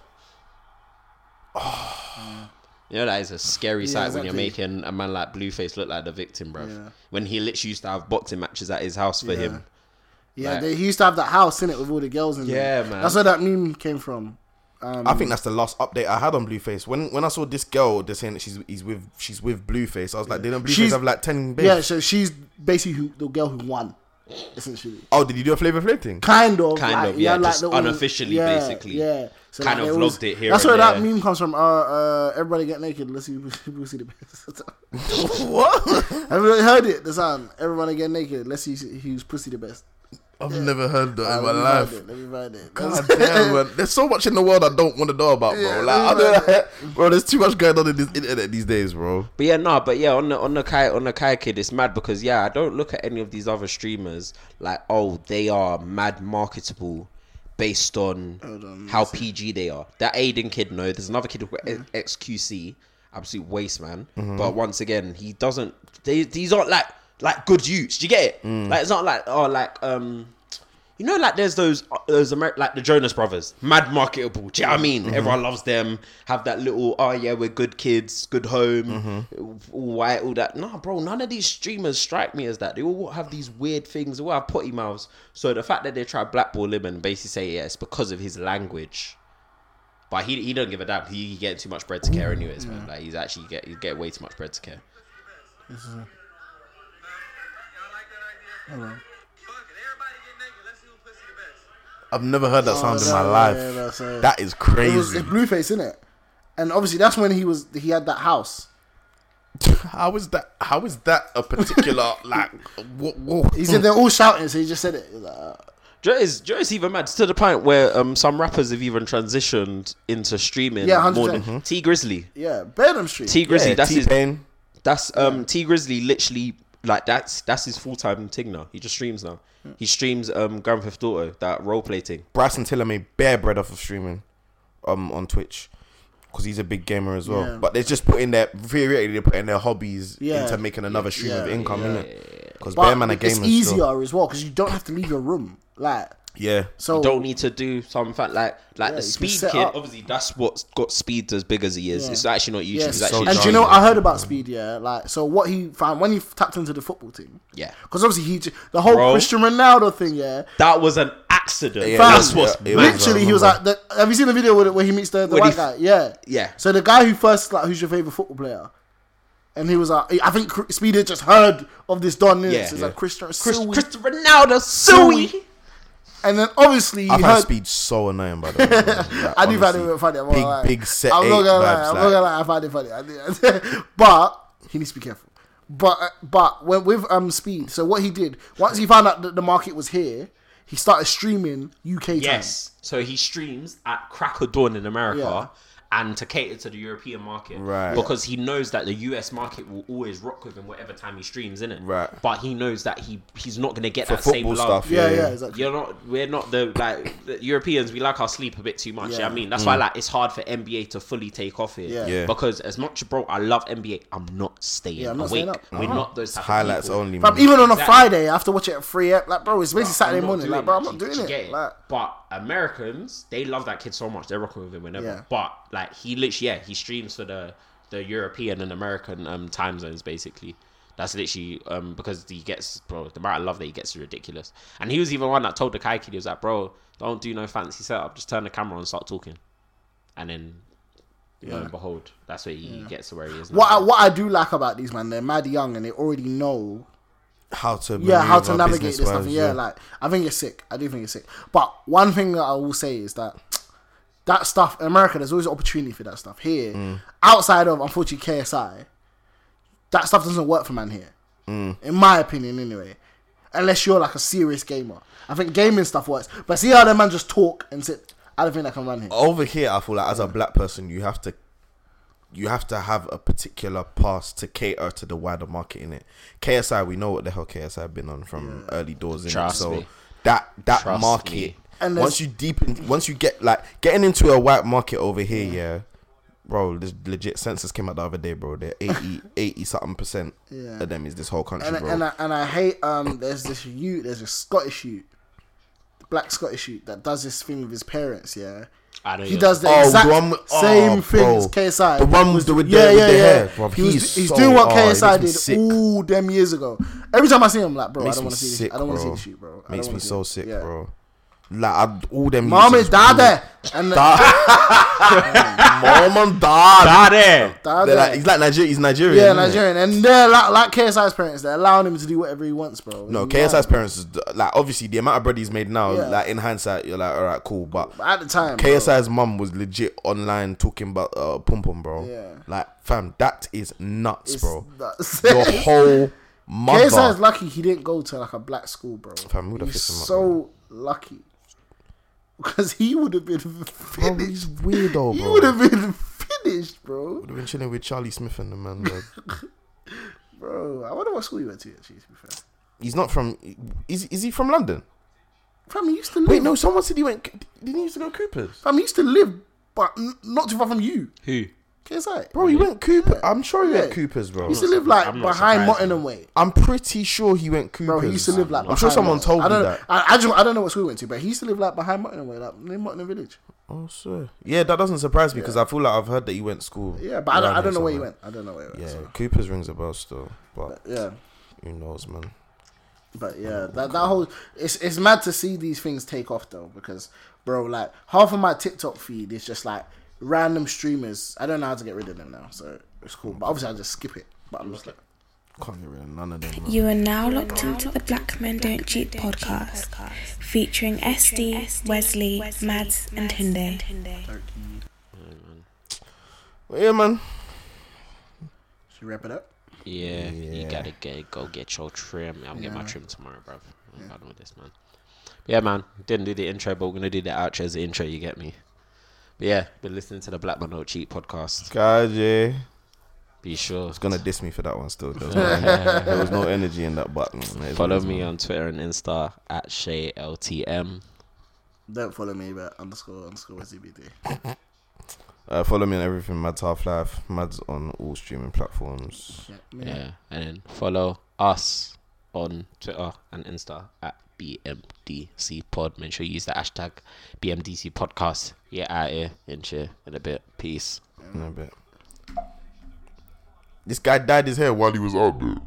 Speaker 2: you know that is a scary
Speaker 1: Yeah,
Speaker 2: sight when you're
Speaker 1: exactly.
Speaker 2: making a man like blueface look like the victim bruv
Speaker 1: Yeah.
Speaker 2: when he literally used to have boxing matches at his house for
Speaker 1: Yeah.
Speaker 2: him
Speaker 1: Yeah,
Speaker 2: Like-
Speaker 1: they, he used to have that house in it with all the girls in
Speaker 2: Yeah,
Speaker 1: there.
Speaker 2: man.
Speaker 1: That's where that meme came from. Um,
Speaker 3: I think that's the last update I had on Blueface. When when I saw this girl, they're saying that she's he's with she's with Blueface. I was like, didn't Blueface
Speaker 1: She's-
Speaker 3: have like ten babes?
Speaker 1: yeah, so she's basically who, the girl who won, essentially.
Speaker 3: oh, did you do a Flavor Flav thing?
Speaker 1: Kind of,
Speaker 2: Kind
Speaker 1: like,
Speaker 2: of, yeah,
Speaker 1: like
Speaker 2: just
Speaker 1: the one-
Speaker 2: unofficially,
Speaker 1: yeah,
Speaker 2: basically.
Speaker 1: yeah. So
Speaker 2: Kind
Speaker 1: like,
Speaker 2: of
Speaker 1: they always-
Speaker 2: vlogged it here
Speaker 1: That's
Speaker 2: and
Speaker 1: where that
Speaker 2: there.
Speaker 1: meme comes from. Uh, uh, everybody get naked. Let's see, who- who see the best.
Speaker 3: what?
Speaker 1: Have you heard it? The sound. Everybody get naked. Let's see who's pussy the best.
Speaker 3: I've never heard that
Speaker 1: Uh,
Speaker 3: in my
Speaker 1: let me
Speaker 3: life.
Speaker 1: find it, Let me find it.
Speaker 3: God damn, man. There's so much in the world I don't want to know about, bro.
Speaker 1: Yeah,
Speaker 3: like, I
Speaker 1: man.
Speaker 3: don't, bro, there's too much going on in this internet these days, bro.
Speaker 2: But yeah, no, but yeah, on the on the Kai on the Kai kid, it's mad because yeah, I don't look at any of these other streamers like oh they are mad marketable based on,
Speaker 1: on,
Speaker 2: how PG they are. That Aiden kid, no, there's another kid with E- XQC, absolute waste man. But once again, he doesn't. They, these aren't like like good youths. Do you get it? Like it's not like oh like um. You know, like there's those uh, those Amer- like the Jonas Brothers, mad marketable. Do you know what I mean?
Speaker 3: Mm-hmm.
Speaker 2: Everyone loves them. Have that little, oh yeah, we're good kids, good home,
Speaker 3: Mm-hmm.
Speaker 2: all white, all that. Nah, bro, none of these streamers strike me as that. They all have these weird things. They all have potty mouths. So the fact that they try to blackball him and basically say yeah, it's because of his language. But he he don't give a damn. He, he getting too much bread to care anyways, man. Like he's actually get he's getting way too much bread to care.
Speaker 3: I've never heard
Speaker 1: Oh,
Speaker 3: that sound in my life.
Speaker 1: so-
Speaker 3: that is
Speaker 1: It was
Speaker 3: crazy.
Speaker 1: it's Blueface, in it? And obviously, that's when he was. He had that house.
Speaker 3: how is that? How is that a particular like? What? what?
Speaker 1: He said they're all shouting, so he just said it. He was like, uh,
Speaker 2: Do you know it's- do you know it's even mad It's to the point where um, some rappers have even transitioned into streaming.
Speaker 1: Yeah, 100%.
Speaker 2: more than T Grizzly.
Speaker 1: yeah, Burnham Street.
Speaker 2: T Grizzly.
Speaker 3: Yeah,
Speaker 2: that's his.
Speaker 3: T-Pain.
Speaker 2: That's um T Grizzly. Literally, like that's that's his full time thing now. He just streams now.
Speaker 1: Hmm.
Speaker 2: He streams um Grand Theft Auto that role play thing.
Speaker 3: Bryson Tiller made bare bread off of streaming, um, on Twitch, because he's a big gamer as well.
Speaker 1: Yeah.
Speaker 3: But they're just putting their theoretically they're putting their hobbies
Speaker 1: Yeah.
Speaker 3: into making another stream of
Speaker 1: Yeah,
Speaker 3: income, innit? Because
Speaker 1: but
Speaker 3: bare man are gamers.
Speaker 1: it's
Speaker 3: still.
Speaker 1: easier as well because you don't have to leave your room. Like
Speaker 3: Yeah.
Speaker 1: so,
Speaker 2: Don't need to do something like like
Speaker 1: Oh. you
Speaker 2: the
Speaker 1: can
Speaker 2: speed
Speaker 1: set
Speaker 2: kid.
Speaker 1: up.
Speaker 2: Obviously, that's what's got speed as big as he is.
Speaker 1: Yeah.
Speaker 2: It's actually not YouTube.
Speaker 1: yes.
Speaker 2: It's
Speaker 3: so
Speaker 2: actually
Speaker 1: and do you
Speaker 2: streaming.
Speaker 1: know, I heard about Speed. Yeah, like so, what he found when he tapped into the football team.
Speaker 2: Yeah.
Speaker 1: because obviously he j- the whole
Speaker 2: Bro.
Speaker 1: Christian Ronaldo thing. Yeah,
Speaker 2: that was an accident.
Speaker 3: Yeah,
Speaker 1: Fam,
Speaker 2: that's what's
Speaker 3: yeah, it was,
Speaker 2: mad.
Speaker 1: literally,
Speaker 3: I
Speaker 1: he was like,
Speaker 3: remember.
Speaker 1: the, "Have you seen the video where, where he meets the, the
Speaker 2: When
Speaker 1: white
Speaker 2: he
Speaker 1: guy?"
Speaker 2: f-
Speaker 1: Yeah,
Speaker 2: Yeah.
Speaker 1: So the guy who first like, who's your favorite football player? And he was like, I think Cr- Speed had just heard of this Don. Yeah,
Speaker 2: Yeah.
Speaker 1: it's
Speaker 2: Yeah.
Speaker 1: like Christian,
Speaker 2: Chris,
Speaker 1: Suey.
Speaker 2: Chris Ronaldo, Suey.
Speaker 1: Suey. and then obviously
Speaker 3: I
Speaker 1: he
Speaker 3: find
Speaker 1: heard.
Speaker 3: speed so annoying, by the way. Like,
Speaker 1: I do find
Speaker 3: honestly,
Speaker 1: it funny. I'm not
Speaker 3: big,
Speaker 1: gonna lie.
Speaker 3: big set
Speaker 1: I'm
Speaker 3: eight
Speaker 1: not gonna
Speaker 3: vibes.
Speaker 1: lie. I'm not
Speaker 3: like,
Speaker 1: gonna lie. I find it funny. I do. but he needs to be careful. But uh, but when, with um speed, so what he did once he found out that the market was here, he started streaming UK
Speaker 2: Yes. So he streams at crack of dawn in America
Speaker 1: Yeah.
Speaker 2: and to cater to the European market.
Speaker 3: Right.
Speaker 2: Because he knows that the US market will always rock with him whatever time he streams, innit?
Speaker 3: Right.
Speaker 2: But he knows that he he's not gonna get
Speaker 3: For
Speaker 2: that same
Speaker 3: football
Speaker 2: love.
Speaker 3: stuff.
Speaker 1: time. Yeah, yeah, exactly.
Speaker 2: You're not. We're not the like the Europeans. We like our sleep a bit too much. Yeah,
Speaker 1: Yeah. Mm.
Speaker 2: I mean that's why like it's hard for NBA to fully take off here.
Speaker 1: Yeah.
Speaker 3: Yeah.
Speaker 2: Because as much bro, I love NBA. I'm not staying
Speaker 1: Yeah, I'm not
Speaker 2: awake.
Speaker 1: staying up.
Speaker 2: We're
Speaker 1: Uh-huh.
Speaker 2: not those type of
Speaker 3: Highlights
Speaker 2: people.
Speaker 3: only,
Speaker 1: Fam,
Speaker 3: man.
Speaker 1: even on a
Speaker 2: Exactly.
Speaker 1: Friday, I have to watch it at three. At, like, bro, it's basically Saturday
Speaker 2: I'm not
Speaker 1: morning.
Speaker 2: doing
Speaker 1: Like, bro, I'm
Speaker 2: that.
Speaker 1: not
Speaker 2: Do you-
Speaker 1: doing
Speaker 2: do you
Speaker 1: it.
Speaker 2: get
Speaker 1: Like,
Speaker 2: But Americans, they love that kid so much. They're rocking with him whenever.
Speaker 1: Yeah.
Speaker 2: But like he literally, yeah, he streams for the the European and American um time zones basically. That's literally um because he gets bro the amount of love that he gets is ridiculous. And he was even one that told the Kai kid he was like, bro, don't do no fancy setup. Just turn the camera and start talking. And then, lo and behold, that's where he gets to where he is. now.
Speaker 1: what I, what I do like about these man, they're mad young and they already know
Speaker 3: How to
Speaker 1: yeah how
Speaker 3: maneuver
Speaker 1: to navigate this stuff.
Speaker 3: business-wise,
Speaker 1: Yeah, like I think it's sick. I do think it's sick. But one thing that I will say is that that stuff in America, there's always opportunity for that stuff. Here, outside of unfortunately KSI, that stuff doesn't work for man here, in my opinion, anyway. Unless you're like a serious gamer, I think gaming stuff works. But see how them man just talk and sit. I don't think that can run here.
Speaker 3: over here i feel like as a black person you have to you have to have a particular pass to cater to the wider market in it ksi we know what the hell ksi been on from early doors in
Speaker 2: Trust
Speaker 3: so
Speaker 2: me.
Speaker 3: that that
Speaker 2: Trust
Speaker 3: market
Speaker 2: me.
Speaker 1: And
Speaker 3: once
Speaker 1: there's-
Speaker 3: you deepen once you get like getting into a white market over here yeah Bro, this legit census came out the other day, bro. They're 80, 80 something percent
Speaker 1: Yeah.
Speaker 3: of them is this whole country,
Speaker 1: and,
Speaker 3: bro.
Speaker 1: and I, and I hate um. There's this youth. There's a Scottish youth, black Scottish youth that does this thing with his parents. Yeah,
Speaker 2: I know
Speaker 1: he
Speaker 2: you're-
Speaker 1: does the
Speaker 3: Oh, the
Speaker 1: exact
Speaker 3: one- oh,
Speaker 1: same thing
Speaker 3: bro.
Speaker 1: as KSI.
Speaker 3: The one
Speaker 1: He
Speaker 3: with the- with the- with the hair, bro.
Speaker 1: He was,
Speaker 3: He's
Speaker 1: he's
Speaker 3: so-
Speaker 1: doing what
Speaker 3: oh, he
Speaker 1: KSI
Speaker 3: makes me
Speaker 1: did
Speaker 3: sick.
Speaker 1: all them years ago. Every time I see him, I'm like, bro, I
Speaker 3: Makes
Speaker 1: don't
Speaker 3: me
Speaker 1: want to see this.
Speaker 3: sick,
Speaker 1: I don't want to see
Speaker 3: bro.
Speaker 1: this shit, bro. I
Speaker 3: Makes
Speaker 1: don't
Speaker 3: me
Speaker 1: wanna see
Speaker 3: so
Speaker 1: it.
Speaker 3: sick,
Speaker 1: Yeah.
Speaker 3: bro. Like I, all them.
Speaker 1: Mom
Speaker 3: years
Speaker 1: is
Speaker 3: was
Speaker 1: dada, and the-
Speaker 3: mom and dad.
Speaker 2: Ah, there.
Speaker 1: dada.
Speaker 3: They're like, he's like Nigerian. He's Nigerian.
Speaker 1: yeah,
Speaker 3: innit?
Speaker 1: Nigerian, and they're like, like KSI's parents. They're allowing him to do whatever he uh, wants, bro.
Speaker 3: No,
Speaker 1: It's mad.
Speaker 3: KSI's parents is like obviously the amount of bread he's made now.
Speaker 1: Yeah.
Speaker 3: Like in hindsight, you're like, all right, cool, but.
Speaker 1: At the time, bro.
Speaker 3: KSI's mum was legit online talking about uh, pum pum, bro.
Speaker 1: Yeah.
Speaker 3: Like, fam, that is nuts,
Speaker 1: It's
Speaker 3: bro.
Speaker 1: nuts.
Speaker 3: Your whole mother.
Speaker 1: KSI's lucky he didn't go to like a black school, bro.
Speaker 3: Fam, who the
Speaker 1: He's
Speaker 3: fist him up,
Speaker 1: so lucky because he would have been
Speaker 3: bro,
Speaker 1: finished.
Speaker 3: he's weirdo,
Speaker 1: He
Speaker 3: bro.
Speaker 1: would have been finished, bro.
Speaker 3: Would've been chilling with Charlie Smith and the man. bro.
Speaker 1: Bro, I wonder what school you went to. Actually, to be fair,
Speaker 3: he's not from. Is is he from London?
Speaker 1: fam, he used to live.
Speaker 3: Wait, no. Someone said he went. Didn't he used to go Coopers?
Speaker 1: fam, he used to live, but n- not too far from you.
Speaker 2: Who?
Speaker 1: KSI,
Speaker 3: Bro, he went Cooper. I'm sure he went
Speaker 1: Yeah.
Speaker 3: Coopers, bro.
Speaker 1: he used to live like
Speaker 2: I'm not
Speaker 1: behind
Speaker 2: surprised.
Speaker 1: Mottingham Way.
Speaker 3: I'm pretty sure he went Coopers.
Speaker 1: Bro, he used to live like.
Speaker 3: I'm sure
Speaker 1: behind
Speaker 3: someone
Speaker 1: Mottingham.
Speaker 3: told
Speaker 1: I
Speaker 3: me
Speaker 1: don't,
Speaker 3: that.
Speaker 1: I, I, just, I don't know what school he went to, but he used to live like behind Mottingham Way, like near Mottingham Village.
Speaker 3: Oh, sir. Yeah, that doesn't surprise me because I feel like I've heard that he went to school.
Speaker 1: Yeah, but I don't,
Speaker 3: around
Speaker 1: I don't know
Speaker 3: here
Speaker 1: where he
Speaker 3: somewhere.
Speaker 1: went. I don't know where he went.
Speaker 3: Yeah,
Speaker 1: so.
Speaker 3: Coopers rings a bell still, but
Speaker 1: yeah.
Speaker 3: who knows, man?
Speaker 1: But yeah, that that whole it's it's mad to see these things take off though because bro, like half of my TikTok feed is just like random streamers. I don't know how to get rid of them now, so it's cool. But obviously, I just skip it. But I'm just like,
Speaker 3: Can't get rid of none of them. Man.
Speaker 5: You are now locked into the Black Men Don't Cheat podcast, featuring SD, Wesley, Mads, and Hyundai.
Speaker 3: But yeah, man.
Speaker 1: should we wrap it up?
Speaker 2: Yeah, you gotta get, go get your trim. I'm getting my trim tomorrow, bruv. I'm done with this, man. Yeah, man. Didn't do the intro, but we're gonna do the outro as the intro. You get me? But yeah, been listening to the Black Man Don't Cheat podcast.
Speaker 3: Kaje.
Speaker 2: Be sure.
Speaker 3: It's gonna diss me for that one still. There was no, there was no energy in that button.
Speaker 2: Follow me on Twitter and Insta at ShayLTM.
Speaker 1: Don't follow me, but underscore underscore ZBD.
Speaker 3: Uh, follow me on everything. Mads Half Life. Mads on all streaming platforms.
Speaker 1: Yeah,
Speaker 2: Yeah.
Speaker 1: yeah.
Speaker 2: and then follow us on Twitter and Insta at BMDC Pod. Make sure you use the hashtag BMDC Podcast. Yeah, out here in cheer in a bit. Peace.
Speaker 3: In a bit. This guy dyed his hair while he was out, bro.